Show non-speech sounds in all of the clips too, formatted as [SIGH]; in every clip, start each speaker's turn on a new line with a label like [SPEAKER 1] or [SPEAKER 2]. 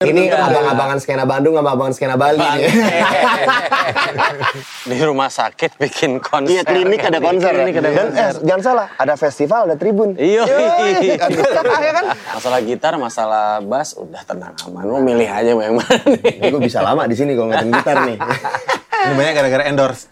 [SPEAKER 1] Ini abang-abangan skena Bandung sama abangan skena Bali.
[SPEAKER 2] [LAUGHS]
[SPEAKER 1] nih.
[SPEAKER 3] Iya. [LAUGHS] di rumah sakit bikin konser.
[SPEAKER 4] Iya klinik ada konser.
[SPEAKER 3] Klinik ada
[SPEAKER 4] Dan eh,
[SPEAKER 3] konser.
[SPEAKER 4] jangan salah, ada festival, ada tribun.
[SPEAKER 3] Iya.
[SPEAKER 4] Kan bisa kaya kan?
[SPEAKER 3] Masalah gitar, masalah bass udah tenang aman. Lu milih aja memang.
[SPEAKER 1] Gue bisa lama di sini kalau ngeliatin gitar
[SPEAKER 2] [LAUGHS]
[SPEAKER 1] nih.
[SPEAKER 5] Ini banyak gara-gara endorse.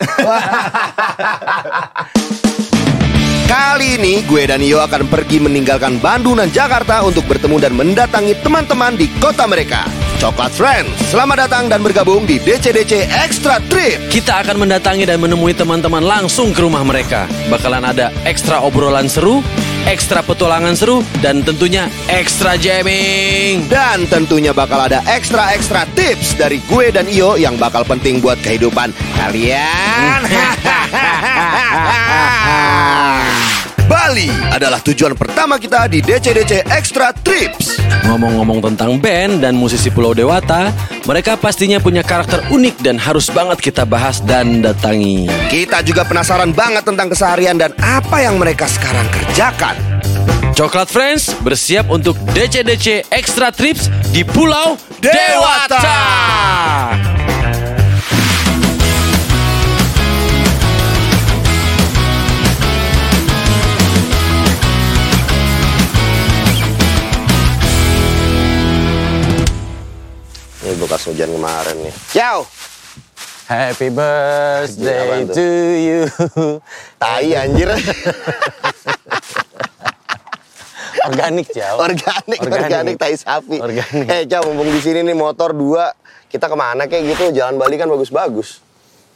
[SPEAKER 2] Kali ini gue dan Yo akan pergi meninggalkan Bandung dan Jakarta untuk bertemu dan mendatangi teman-teman di kota mereka. Coklat Friends, selamat datang dan bergabung di DCDC Extra Trip.
[SPEAKER 6] Kita akan mendatangi dan menemui teman-teman langsung ke rumah mereka. Bakalan ada ekstra obrolan seru, ekstra petualangan seru, dan tentunya ekstra jamming.
[SPEAKER 2] Dan tentunya bakal ada ekstra-ekstra tips dari gue dan Iyo yang bakal penting buat kehidupan kalian. [LAUGHS] Bali adalah tujuan pertama kita di DCDC Extra Trips.
[SPEAKER 6] Ngomong-ngomong tentang band dan musisi Pulau Dewata, mereka pastinya punya karakter unik dan harus banget kita bahas dan datangi.
[SPEAKER 2] Kita juga penasaran banget tentang keseharian dan apa yang mereka sekarang kerjakan.
[SPEAKER 6] Coklat Friends bersiap untuk DCDC Extra Trips di Pulau Dewata.
[SPEAKER 2] Ini bekas hujan kemarin nih. Ciao.
[SPEAKER 3] [LAUGHS] Happy birthday to you.
[SPEAKER 2] Tai [LAUGHS] anjir.
[SPEAKER 3] Organik jauh.
[SPEAKER 2] organik, organik, tai sapi.
[SPEAKER 3] Organik.
[SPEAKER 2] Eh, Ciao, mumpung di sini nih motor dua, kita kemana kayak gitu? Jalan Bali kan bagus-bagus.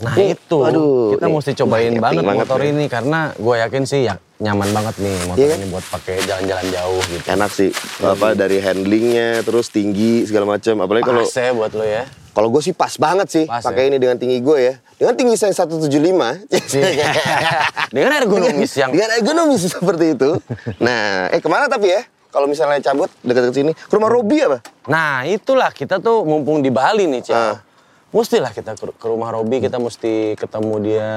[SPEAKER 3] Nah
[SPEAKER 2] Nih,
[SPEAKER 3] itu,
[SPEAKER 2] aduh,
[SPEAKER 3] kita
[SPEAKER 2] nih,
[SPEAKER 3] mesti cobain
[SPEAKER 2] nyakitin
[SPEAKER 3] banget
[SPEAKER 2] banget
[SPEAKER 3] motor
[SPEAKER 2] nih.
[SPEAKER 3] ini karena gue yakin sih ya, nyaman banget nih motor
[SPEAKER 2] Iya kan?
[SPEAKER 3] ini buat pakai jalan-jalan jauh gitu.
[SPEAKER 2] Enak sih, apa dari handlingnya, terus tinggi segala macam. Apalagi kalau
[SPEAKER 3] Pas ya buat lo [LAUGHS] ya.
[SPEAKER 2] Kalau gue sih pas banget sih
[SPEAKER 3] Pas ya?
[SPEAKER 2] pakai ini dengan tinggi gue ya. Dengan tinggi saya
[SPEAKER 3] Iya.
[SPEAKER 2] 175. Iya. [LAUGHS]
[SPEAKER 3] Dengan ergonomis yang
[SPEAKER 2] dengan ergonomis [LAUGHS] seperti itu. Nah, eh kemana tapi ya? Kalau misalnya cabut dekat-dekat sini, ke rumah Robi apa?
[SPEAKER 3] Nah, itulah kita tuh mumpung di Bali nih, Cel.
[SPEAKER 2] Ah.
[SPEAKER 3] Mestilah kita ke ke rumah Robi, kita mesti ketemu dia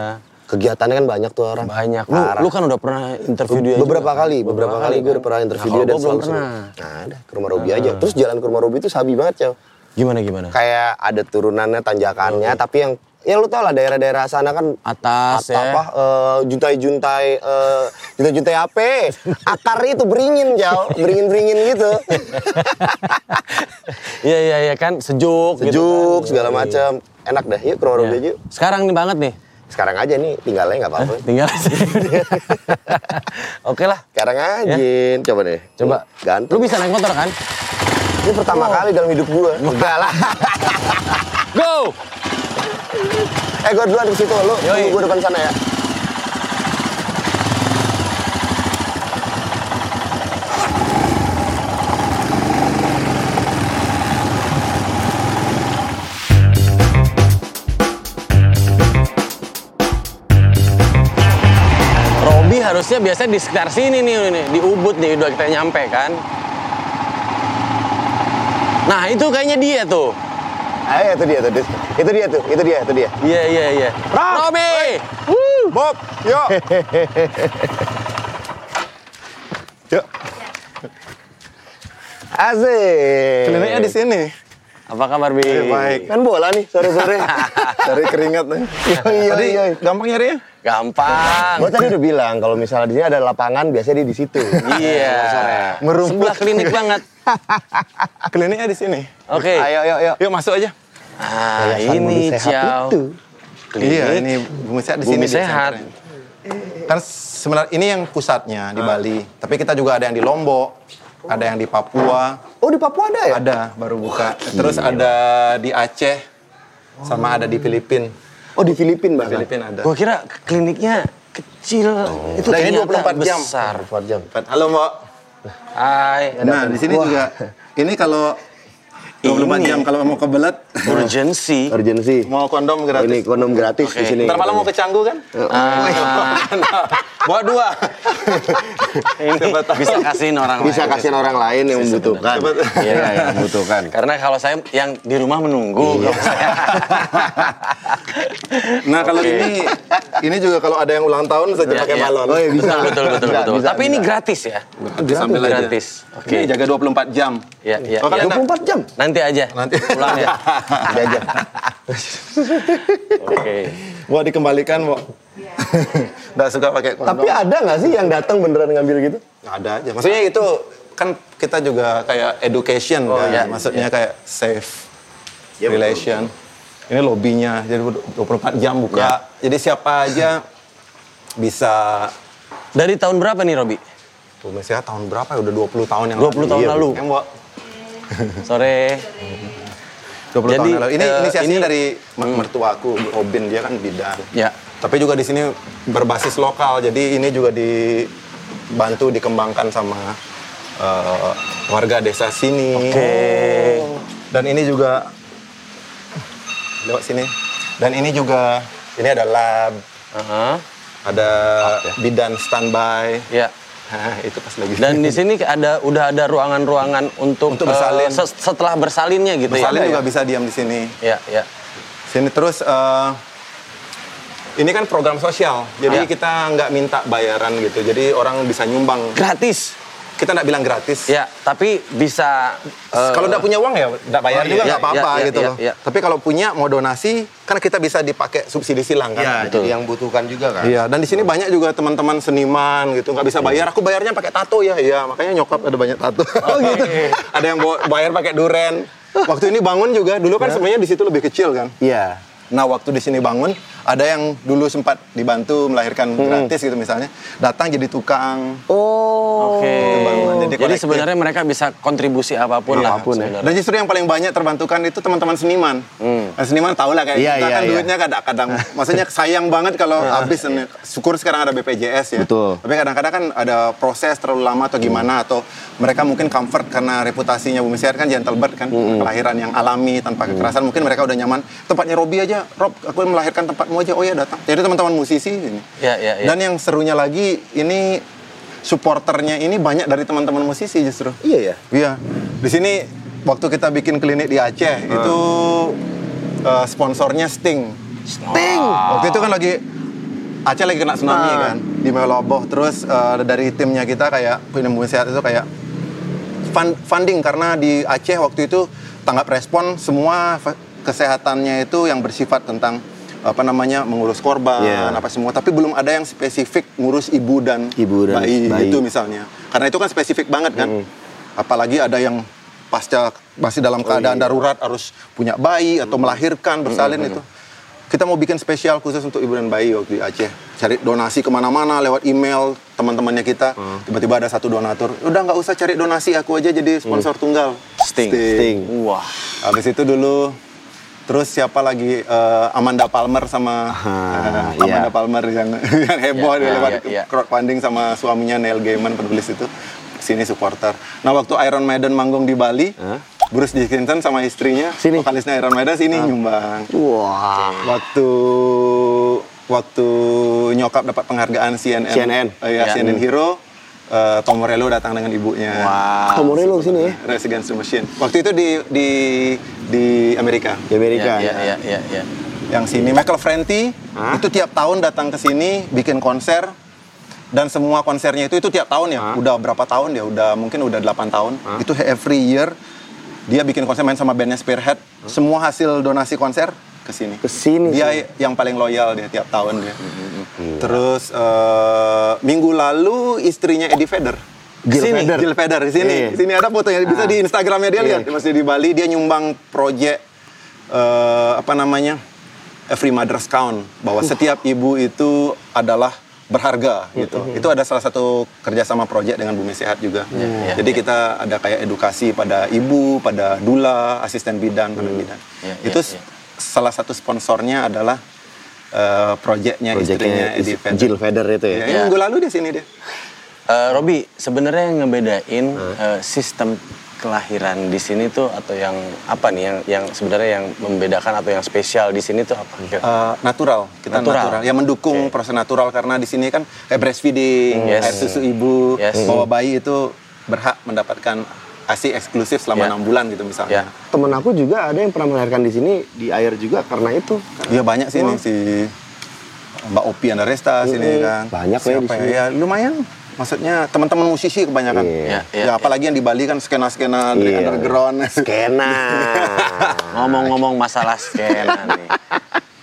[SPEAKER 2] Kegiatannya kan banyak tuh orang.
[SPEAKER 3] banyak. Lu,
[SPEAKER 2] Parah.
[SPEAKER 3] lu kan udah pernah interview dia
[SPEAKER 2] beberapa
[SPEAKER 3] juga, kan?
[SPEAKER 2] kali, beberapa, kali gue
[SPEAKER 3] kan?
[SPEAKER 2] udah pernah interview
[SPEAKER 3] Nah,
[SPEAKER 2] dia dan
[SPEAKER 3] kalau gua belum
[SPEAKER 2] selalu seru.
[SPEAKER 3] pernah.
[SPEAKER 2] Nah, udah ke rumah Robi aja. Terus jalan ke rumah Robi itu sabi banget, Cel.
[SPEAKER 3] Gimana gimana?
[SPEAKER 2] Kayak ada turunannya, tanjakannya, tapi yang ya lu tau lah daerah-daerah sana kan
[SPEAKER 3] Atas
[SPEAKER 2] Atau
[SPEAKER 3] ya.
[SPEAKER 2] apa eh, juntai-juntai eh, juntai-juntai [LAUGHS] HP akar itu beringin jauh beringin-beringin [LAUGHS] gitu
[SPEAKER 3] [LAUGHS] Iya iya iya kan sejuk gitu
[SPEAKER 2] sejuk
[SPEAKER 3] kan.
[SPEAKER 2] segala
[SPEAKER 3] Iya.
[SPEAKER 2] macam enak dah yuk ke rumah Robi aja
[SPEAKER 4] Ya.
[SPEAKER 3] Iya.
[SPEAKER 2] yuk.
[SPEAKER 3] Sekarang nih banget nih.
[SPEAKER 2] sekarang aja nih tinggalnya nggak apa-apa [LAUGHS]
[SPEAKER 3] Tinggal [LAUGHS] aja. Oke lah.
[SPEAKER 2] sekarang
[SPEAKER 4] Ya?
[SPEAKER 2] aja coba deh
[SPEAKER 3] Coba.
[SPEAKER 2] Nih, ganteng
[SPEAKER 3] Lu bisa naik motor kan?
[SPEAKER 2] ini
[SPEAKER 4] Oh.
[SPEAKER 2] pertama kali dalam hidup gua enggak lah
[SPEAKER 3] Go!
[SPEAKER 2] eh gua duluan ke situ lu
[SPEAKER 3] Yoi.
[SPEAKER 2] tunggu gua depan sana ya
[SPEAKER 3] Robi harusnya biasanya di sekitar sini nih, nih di Ubud nih udah kita nyampe kan. Nah itu kayaknya dia tuh.
[SPEAKER 2] ayo Ah, iya, itu dia tuh Dis. itu dia tuh itu dia itu dia
[SPEAKER 3] Iya iya iya. Robi.
[SPEAKER 2] Bob yuk yuk Asik.
[SPEAKER 4] Kliniknya di sini.
[SPEAKER 3] Apa kabar Bi?
[SPEAKER 4] baik.
[SPEAKER 2] Kan bola nih [LAUGHS] sore-sore.
[SPEAKER 4] Dari keringat nih.
[SPEAKER 1] Iya,
[SPEAKER 2] Yoi,
[SPEAKER 4] Tadi
[SPEAKER 2] yoi, yoi.
[SPEAKER 4] gampang ya? nyarinya?
[SPEAKER 3] Gampang.
[SPEAKER 2] Gue tadi udah bilang kalau misalnya di sini ada lapangan, biasanya dia di situ.
[SPEAKER 3] Iya.
[SPEAKER 4] Merumput.
[SPEAKER 3] Sebelah [LAUGHS] klinik banget.
[SPEAKER 4] Kliniknya di sini.
[SPEAKER 3] Oke.
[SPEAKER 2] Ayo, yuk, yuk.
[SPEAKER 4] Yuk masuk aja.
[SPEAKER 3] Ah
[SPEAKER 2] Yayasan Budi
[SPEAKER 3] ini
[SPEAKER 2] Sehat
[SPEAKER 3] Ciao.
[SPEAKER 2] itu.
[SPEAKER 3] Klinik.
[SPEAKER 4] Iya, ini Bumi Sehat di
[SPEAKER 3] Bumi
[SPEAKER 4] sini. di
[SPEAKER 3] Sehat.
[SPEAKER 4] senternya. Kan sebenarnya ini yang pusatnya
[SPEAKER 3] Ah.
[SPEAKER 4] di Bali. Tapi kita juga ada yang di Lombok, ada yang di Papua,
[SPEAKER 2] Oh di Papua ada ya?
[SPEAKER 4] ada baru buka. Terus ada di Aceh, sama ada di Filipina.
[SPEAKER 2] Oh di Filipina
[SPEAKER 4] Di
[SPEAKER 2] bahkan.
[SPEAKER 4] Filipina ada.
[SPEAKER 3] Gua kira kliniknya kecil.
[SPEAKER 2] Oh.
[SPEAKER 3] Itu
[SPEAKER 4] Nah, ini
[SPEAKER 3] ternyata
[SPEAKER 4] 24 jam.
[SPEAKER 3] Besar.
[SPEAKER 2] 24 jam.
[SPEAKER 4] Halo Mbak.
[SPEAKER 3] Hai.
[SPEAKER 4] Nah, di sini juga. Ini kalau 24 jam kalau mau kebelet
[SPEAKER 3] Urgency.
[SPEAKER 2] Urgensi.
[SPEAKER 4] mau
[SPEAKER 2] Ini
[SPEAKER 4] kondom gratis.
[SPEAKER 2] kondom gratis di sini.
[SPEAKER 4] Ntar malam mau ke Canggu kan?
[SPEAKER 3] Ah.
[SPEAKER 5] Buat dua. Siapa tahu.
[SPEAKER 3] bisa kasihin orang
[SPEAKER 1] Bisa
[SPEAKER 3] lain.
[SPEAKER 1] kasihin orang lain yang membutuhkan.
[SPEAKER 5] Iya, iya, iya, membutuhkan.
[SPEAKER 3] Karena kalau saya yang di rumah menunggu. kalau saya.
[SPEAKER 4] Nah kalau ini, ini juga kalau ada yang ulang tahun saja
[SPEAKER 3] Iya,
[SPEAKER 4] pakai
[SPEAKER 3] iya.
[SPEAKER 4] balon.
[SPEAKER 1] Oh, iya, bisa.
[SPEAKER 3] Betul, betul, betul,
[SPEAKER 1] Bisa,
[SPEAKER 3] betul.
[SPEAKER 1] bisa,
[SPEAKER 3] Tapi ini gratis ya.
[SPEAKER 4] Sambil aja.
[SPEAKER 3] gratis. Oke.
[SPEAKER 5] Ini jaga 24 jam.
[SPEAKER 3] Ya, ya,
[SPEAKER 4] Oke,
[SPEAKER 2] iya.
[SPEAKER 3] ya.
[SPEAKER 1] 24 jam.
[SPEAKER 3] Nanti aja.
[SPEAKER 4] Nanti.
[SPEAKER 3] pulang ya.
[SPEAKER 1] Jajak.
[SPEAKER 3] Oke.
[SPEAKER 4] [LAUGHS] Wah dikembalikan, Wak. [LAUGHS] Nggak suka pakai
[SPEAKER 2] Iya,
[SPEAKER 4] kondom.
[SPEAKER 1] Tapi ada nggak sih yang datang beneran ngambil gitu?
[SPEAKER 4] ada aja. Maksudnya itu kan kita juga kayak education kan.
[SPEAKER 3] iya,
[SPEAKER 4] Maksudnya kayak safe Iya, relation. Ini lobbynya jadi 24 jam buka. Jadi siapa aja bisa
[SPEAKER 3] Dari tahun berapa nih Robi?
[SPEAKER 4] Tuh, misalnya tahun berapa ya? Udah 20 tahun yang
[SPEAKER 3] 20 tahun
[SPEAKER 4] Iya,
[SPEAKER 3] lalu.
[SPEAKER 4] Em, Wak.
[SPEAKER 3] Sore.
[SPEAKER 4] 20
[SPEAKER 3] Jadi,
[SPEAKER 4] tahun yang lalu. Ini
[SPEAKER 3] eh,
[SPEAKER 4] inisiasinya
[SPEAKER 3] ini-
[SPEAKER 4] dari Hmm. mertuaku, Obin dia kan bidan.
[SPEAKER 3] Ya.
[SPEAKER 4] Tapi juga di sini berbasis lokal. Jadi ini juga dibantu dikembangkan sama eh, warga desa sini. Dan ini juga lewat sini. Dan ini juga ini ada lab,
[SPEAKER 3] Heeh.
[SPEAKER 4] ada bidan standby.
[SPEAKER 3] Ya.
[SPEAKER 4] Hah, itu pas lagi.
[SPEAKER 3] Dan di sini ada udah ada ruangan-ruangan untuk,
[SPEAKER 4] Untuk bersalin.
[SPEAKER 3] eh, ses- setelah bersalinnya gitu
[SPEAKER 4] Bersalin
[SPEAKER 3] ya.
[SPEAKER 4] juga bisa diam di sini.
[SPEAKER 3] Ya, ya.
[SPEAKER 4] Sini terus eh, ini kan program sosial,
[SPEAKER 3] Ya.
[SPEAKER 4] jadi kita nggak minta bayaran gitu. Jadi orang bisa nyumbang.
[SPEAKER 3] Gratis.
[SPEAKER 4] Kita nggak bilang gratis.
[SPEAKER 3] Ya, tapi bisa eh,
[SPEAKER 4] Kalau nggak punya uang ya nggak
[SPEAKER 3] Oh,
[SPEAKER 4] bayar
[SPEAKER 3] iya,
[SPEAKER 4] juga
[SPEAKER 3] iya,
[SPEAKER 4] nggak apa-apa
[SPEAKER 3] iya,
[SPEAKER 4] gitu
[SPEAKER 3] iya,
[SPEAKER 4] loh.
[SPEAKER 3] iya.
[SPEAKER 4] Tapi kalau punya mau donasi, karena kita bisa dipakai subsidi silang kan.
[SPEAKER 5] Iya,
[SPEAKER 3] betul.
[SPEAKER 5] jadi yang butuhkan juga kan.
[SPEAKER 4] Iya, dan di sini banyak juga teman-teman seniman gitu nggak bisa bayar. Aku bayarnya pakai tato ya, iya. Makanya nyokap ada banyak tato.
[SPEAKER 3] [LAUGHS]
[SPEAKER 4] Oh gitu. [LAUGHS] ada yang bawa- bayar pakai duren. Waktu ini bangun juga, dulu
[SPEAKER 3] Iya.
[SPEAKER 4] kan sebenarnya di situ lebih kecil kan.
[SPEAKER 1] Iya.
[SPEAKER 4] Nah waktu di sini bangun ada yang dulu sempat dibantu melahirkan gratis gitu misalnya datang jadi tukang.
[SPEAKER 1] Oh.
[SPEAKER 3] Oke.
[SPEAKER 4] Pembangunan jadi
[SPEAKER 3] Jadi,
[SPEAKER 4] kolektif.
[SPEAKER 3] sebenarnya mereka bisa kontribusi apapun lah.
[SPEAKER 1] Apapun ya. Hmm.
[SPEAKER 3] sebenarnya.
[SPEAKER 4] Dan justru yang paling banyak terbantukan itu teman-teman seniman. Nah, seniman tau lah kayak
[SPEAKER 1] Iya,
[SPEAKER 4] kita
[SPEAKER 1] iya,
[SPEAKER 4] kan
[SPEAKER 1] iya.
[SPEAKER 4] duitnya
[SPEAKER 1] [LAUGHS]
[SPEAKER 4] kadang-kadang, maksudnya sayang banget kalau habis. dan Syukur sekarang ada BPJS ya.
[SPEAKER 1] Betul. Hmm.
[SPEAKER 4] Tapi kadang-kadang kan ada proses terlalu lama atau gimana atau mereka mungkin comfort karena reputasinya Bumi Sehat kan gentle birth kan,
[SPEAKER 1] Hmm.
[SPEAKER 4] kelahiran yang alami tanpa kekerasan mungkin mereka udah nyaman. Tempatnya Robi aja, Rob aku melahirkan tempatmu aja. Oh ya datang. Jadi teman-teman musisi
[SPEAKER 1] Iya,
[SPEAKER 4] ini.
[SPEAKER 3] Ya, ya, ya.
[SPEAKER 4] Dan yang serunya lagi ini supporternya ini banyak dari teman-teman musisi justru.
[SPEAKER 1] Iya ya.
[SPEAKER 4] Iya. Di sini waktu kita bikin klinik di
[SPEAKER 1] Hmm.
[SPEAKER 4] Aceh itu eh, sponsornya Sting. Sting. Waktu itu kan lagi Aceh lagi kena tsunami kan di Meloboh terus eh, dari timnya kita kayak penyembuhan sehat itu kayak fund- funding karena di Aceh waktu itu tanggap respon semua fa- kesehatannya itu yang bersifat tentang apa namanya mengurus korban
[SPEAKER 1] Iya.
[SPEAKER 4] apa semua tapi belum ada yang spesifik ngurus ibu dan
[SPEAKER 1] Ibu dan
[SPEAKER 4] bayi,
[SPEAKER 1] bayi.
[SPEAKER 4] itu misalnya karena itu kan spesifik banget kan apalagi ada yang pasca masih dalam keadaan darurat harus punya bayi atau melahirkan bersalin itu kita mau bikin spesial khusus untuk ibu dan bayi waktu di Aceh cari donasi kemana-mana lewat email teman-temannya kita tiba-tiba ada satu donatur udah nggak usah cari donasi aku aja jadi sponsor tunggal
[SPEAKER 3] Sting.
[SPEAKER 1] Sting.
[SPEAKER 3] Wah.
[SPEAKER 4] Habis itu dulu terus siapa lagi eh, Amanda Palmer sama
[SPEAKER 1] Ah,
[SPEAKER 4] eh, Amanda
[SPEAKER 1] iya.
[SPEAKER 4] Palmer yang [LAUGHS] yang heboh
[SPEAKER 3] Iya,
[SPEAKER 4] dia
[SPEAKER 3] iya,
[SPEAKER 4] lewat
[SPEAKER 3] iya.
[SPEAKER 4] crowdfunding sama suaminya Neil Gaiman penulis itu sini supporter. Nah waktu Iron Maiden manggung di Bali, Bruce Dickinson sama istrinya,
[SPEAKER 1] Sini.
[SPEAKER 4] vokalisnya Iron Maiden sini nyumbang.
[SPEAKER 1] Wah.
[SPEAKER 4] Waktu waktu nyokap dapat penghargaan CNN,
[SPEAKER 1] CNN.
[SPEAKER 4] eh, ya,
[SPEAKER 3] Iya.
[SPEAKER 4] CNN Hero, eh, Tom Morello datang dengan ibunya.
[SPEAKER 1] Kamu lo sini ya
[SPEAKER 4] Rage Against the Machine. Waktu itu di di di Amerika.
[SPEAKER 1] di Amerika.
[SPEAKER 3] Ya, ya, ya, ya.
[SPEAKER 4] Yang sini Michael Franti itu tiap tahun datang ke sini bikin konser dan semua konsernya itu itu tiap tahun ya. Udah berapa tahun ya? Udah mungkin udah 8 tahun. Itu every year dia bikin konser main sama bandnya Spearhead. Semua hasil donasi konser ke sini.
[SPEAKER 1] Ke sini,
[SPEAKER 4] Dia Iya, yang paling loyal dia tiap tahun dia. Terus eh, minggu lalu istrinya Eddie Vedder.
[SPEAKER 1] Jill
[SPEAKER 4] Sini,
[SPEAKER 1] Feder.
[SPEAKER 4] Jill Feder, di sini.
[SPEAKER 1] Iya.
[SPEAKER 4] Di Sini ada fotonya, bisa di Instagramnya dia lihat. Masih di Bali, dia nyumbang proyek eh, apa namanya Every Mother's Count, bahwa setiap ibu itu adalah berharga gitu. Itu ada salah satu kerjasama proyek dengan Bumi Sehat juga. Jadi kita ada kayak edukasi pada ibu, pada dula, asisten bidan, pada bidan.
[SPEAKER 3] Iya,
[SPEAKER 4] itu
[SPEAKER 3] iya, iya.
[SPEAKER 4] salah satu sponsornya adalah eh, proyeknya istrinya
[SPEAKER 1] Proyeknya
[SPEAKER 4] Eddie
[SPEAKER 1] is-
[SPEAKER 4] Vedder.
[SPEAKER 1] Jill Feder itu ya.
[SPEAKER 4] Ya, ini Minggu lalu dia sini dia.
[SPEAKER 3] Eh, Robi, sebenarnya yang ngebedain eh, sistem kelahiran di sini tuh atau yang apa nih yang yang sebenarnya yang membedakan atau yang spesial di sini tuh apa? kira-kira?
[SPEAKER 4] Eh, natural kita
[SPEAKER 3] Natural.
[SPEAKER 4] natural. yang mendukung proses natural karena di sini kan kayak breastfeeding
[SPEAKER 3] Yes.
[SPEAKER 4] air susu ibu
[SPEAKER 3] Yes.
[SPEAKER 4] bahwa bayi itu berhak mendapatkan asi eksklusif
[SPEAKER 3] Ya.
[SPEAKER 4] selama enam bulan gitu misalnya
[SPEAKER 3] Ya.
[SPEAKER 1] Temen aku juga ada yang pernah melahirkan di sini di air juga karena itu.
[SPEAKER 4] Iya banyak sih ini si Mbak Opi Andaresta sini kan.
[SPEAKER 1] Banyak ya di
[SPEAKER 4] Siapa
[SPEAKER 1] sini.
[SPEAKER 4] Ya lumayan. Maksudnya teman-teman musisi kebanyakan.
[SPEAKER 1] Iya,
[SPEAKER 3] iya,
[SPEAKER 4] ya apalagi yang di Bali kan skena-skena dari
[SPEAKER 1] Iya.
[SPEAKER 4] underground.
[SPEAKER 1] Skena.
[SPEAKER 3] Ngomong-ngomong masalah skena nih.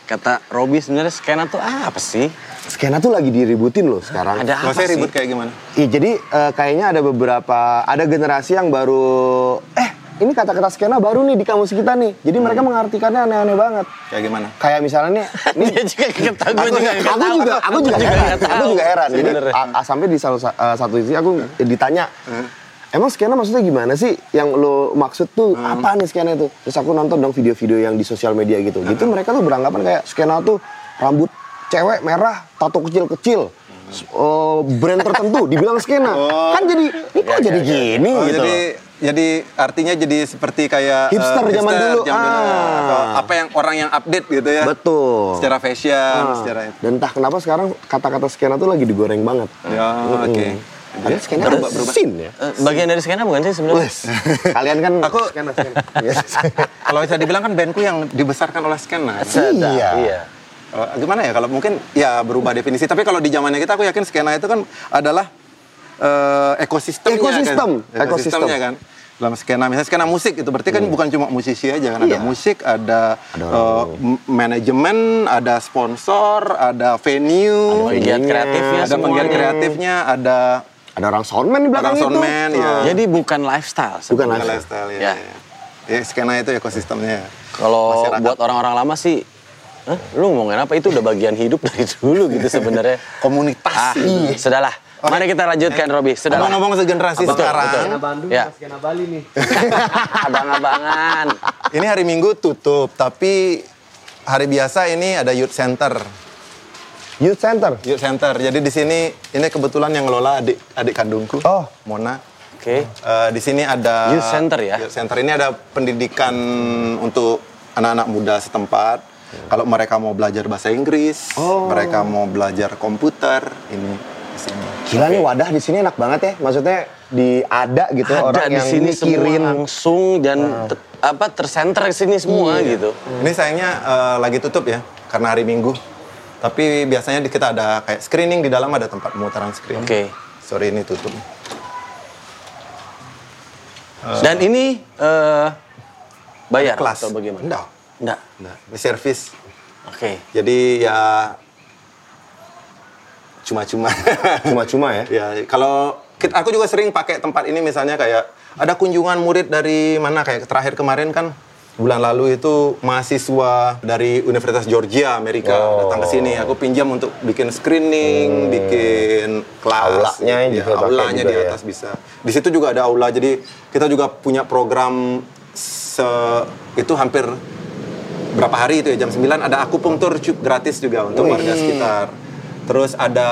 [SPEAKER 3] Kata Robi sebenarnya skena tuh apa sih?
[SPEAKER 1] [LAUGHS] Skena tuh lagi diributin loh sekarang.
[SPEAKER 3] Ada
[SPEAKER 4] Gak
[SPEAKER 3] apa
[SPEAKER 4] usah
[SPEAKER 3] sih?
[SPEAKER 4] ribut kayak gimana?
[SPEAKER 1] Iya, jadi eh, kayaknya ada beberapa ada generasi yang baru eh ini kata-kata skena baru nih di kamus kita nih. Jadi mereka mengartikannya aneh-aneh banget.
[SPEAKER 4] Kayak gimana?
[SPEAKER 1] Kayak misalnya nih, ini
[SPEAKER 3] [LAUGHS] Dia juga nggak tahu, gua
[SPEAKER 1] aku,
[SPEAKER 3] juga nggak
[SPEAKER 1] aku
[SPEAKER 3] tahu.
[SPEAKER 1] juga aku juga heran.
[SPEAKER 3] nggak tahu
[SPEAKER 1] Aku juga heran. Jadi
[SPEAKER 3] sebenarnya.
[SPEAKER 1] a- a- sampai di salah sa- eh, satu sisi aku ditanya,
[SPEAKER 4] Hmm.
[SPEAKER 1] emang skena maksudnya gimana sih? Yang lo maksud tuh
[SPEAKER 4] Hmm.
[SPEAKER 1] apa nih skena itu? Terus aku nonton dong video-video yang di sosial media
[SPEAKER 4] Hmm.
[SPEAKER 1] gitu. Gitu mereka tuh beranggapan kayak skena tuh rambut cewek merah, tato kecil-kecil.
[SPEAKER 4] Hmm.
[SPEAKER 1] s- eh, brand tertentu dibilang skena kan jadi ini kok jadi gini
[SPEAKER 4] Oh,
[SPEAKER 1] gitu
[SPEAKER 4] jadi jadi artinya jadi seperti kayak eh,
[SPEAKER 1] Hipster zaman dulu.
[SPEAKER 4] zaman
[SPEAKER 1] Ah.
[SPEAKER 4] Atau apa yang orang yang update gitu ya.
[SPEAKER 1] Betul.
[SPEAKER 4] Secara fashion,
[SPEAKER 1] Ah,
[SPEAKER 4] secara itu.
[SPEAKER 1] dan entah kenapa sekarang kata-kata skena tuh lagi digoreng banget
[SPEAKER 4] Ya,
[SPEAKER 1] Mm-mm.
[SPEAKER 4] oke.
[SPEAKER 1] Padahal skena
[SPEAKER 3] Iya. Terus-
[SPEAKER 1] berubah- berubah. Sin ya
[SPEAKER 3] Eh, Bagian dari skena bukan sih sebenarnya? [LAUGHS]
[SPEAKER 1] Wes, kalian kan
[SPEAKER 4] Aku-
[SPEAKER 1] skena skena. Iya. Yes.
[SPEAKER 4] Kalau bisa dibilang kan bandku yang dibesarkan oleh skena.
[SPEAKER 1] Iya.
[SPEAKER 3] Iya.
[SPEAKER 4] Kalau- gimana ya kalau mungkin ya berubah definisi tapi kalau di zamannya kita aku yakin skena itu kan adalah eh, ekosistemnya
[SPEAKER 1] Ekosistem,
[SPEAKER 4] kan? ekosistemnya
[SPEAKER 1] ekosistem.
[SPEAKER 4] kan dalam skena misalnya skena musik itu berarti kan bukan cuma musisi aja kan ada
[SPEAKER 1] Iya.
[SPEAKER 4] musik ada, eh,
[SPEAKER 1] orang-orang.
[SPEAKER 4] m- manajemen ada sponsor ada venue
[SPEAKER 3] Penggiat kreatifnya
[SPEAKER 4] ada
[SPEAKER 3] semuanya.
[SPEAKER 4] penggiat kreatifnya ada
[SPEAKER 1] Ada orang soundman di belakang
[SPEAKER 4] orang
[SPEAKER 1] itu. Iya.
[SPEAKER 4] soundman ya
[SPEAKER 3] Jadi bukan lifestyle.
[SPEAKER 1] Bukan
[SPEAKER 4] Ada
[SPEAKER 1] lifestyle.
[SPEAKER 4] lifestyle ya,
[SPEAKER 3] Ya.
[SPEAKER 4] ya. Ya, skena itu ekosistemnya
[SPEAKER 3] Kalau
[SPEAKER 4] Masyarakat.
[SPEAKER 3] buat orang-orang lama sih, "Hah, lu ngomongin apa itu udah bagian hidup dari [LAUGHS] dulu gitu sebenarnya.
[SPEAKER 4] komunitas
[SPEAKER 3] ah,
[SPEAKER 4] gitu.
[SPEAKER 3] sudahlah. Mari kita lanjutkan
[SPEAKER 1] Eh,
[SPEAKER 3] Robi. Sudahlah. Ah,
[SPEAKER 4] ngomong-ngomong segenerasi
[SPEAKER 3] Betul,
[SPEAKER 4] sekarang
[SPEAKER 3] betul. Ya. [LAUGHS] Abang-abangan.
[SPEAKER 4] Ini hari Minggu tutup, tapi hari biasa ini ada youth center.
[SPEAKER 1] Youth center.
[SPEAKER 4] Youth center. Jadi di sini ini kebetulan yang ngelola adik adik kandungku.
[SPEAKER 1] Oh.
[SPEAKER 4] Mona.
[SPEAKER 3] Oke.
[SPEAKER 4] Eh, di sini ada
[SPEAKER 3] Youth center ya?
[SPEAKER 4] Youth center ini ada pendidikan untuk anak-anak muda setempat. Kalau mereka mau belajar bahasa Inggris,
[SPEAKER 3] Oh.
[SPEAKER 4] mereka mau belajar komputer, ini di sini.
[SPEAKER 1] Gila nih wadah di sini enak banget ya. Maksudnya di ada gitu
[SPEAKER 3] Ada
[SPEAKER 1] orang
[SPEAKER 3] di
[SPEAKER 1] yang
[SPEAKER 3] sini semua
[SPEAKER 1] mikirin. Ah.
[SPEAKER 3] langsung dan te- apa tersenter ke sini
[SPEAKER 1] Iya.
[SPEAKER 3] semua gitu.
[SPEAKER 4] Ini sayangnya eh, lagi tutup ya karena hari Minggu. Tapi biasanya di- kita ada kayak screening di dalam ada tempat pemutaran screening.
[SPEAKER 3] Oke.
[SPEAKER 4] Sore ini tutup.
[SPEAKER 1] Ah.
[SPEAKER 3] Dan ini eh, bayar
[SPEAKER 4] Kelas.
[SPEAKER 3] Iya, atau bagaimana?
[SPEAKER 4] Enggak.
[SPEAKER 3] Enggak.
[SPEAKER 4] Enggak. Ini service.
[SPEAKER 3] Oke.
[SPEAKER 4] Jadi ya cuma-cuma.
[SPEAKER 1] [LAUGHS] Cuma-cuma ya.
[SPEAKER 4] ya kalau kit- aku juga sering pakai tempat ini misalnya kayak ada kunjungan murid dari mana kayak terakhir kemarin kan bulan lalu itu mahasiswa dari Universitas Georgia Amerika
[SPEAKER 1] Oh.
[SPEAKER 4] datang ke sini aku pinjam untuk bikin screening bikin kelas
[SPEAKER 1] Hmm. Aulanya
[SPEAKER 4] Ya,
[SPEAKER 1] juga pakai
[SPEAKER 4] aulanya
[SPEAKER 1] juga
[SPEAKER 4] di
[SPEAKER 1] ya.
[SPEAKER 4] atas bisa di situ juga ada aula jadi kita juga punya program se itu hampir berapa hari itu ya jam 9 ada akupunktur cu- gratis juga untuk warga sekitar. Terus ada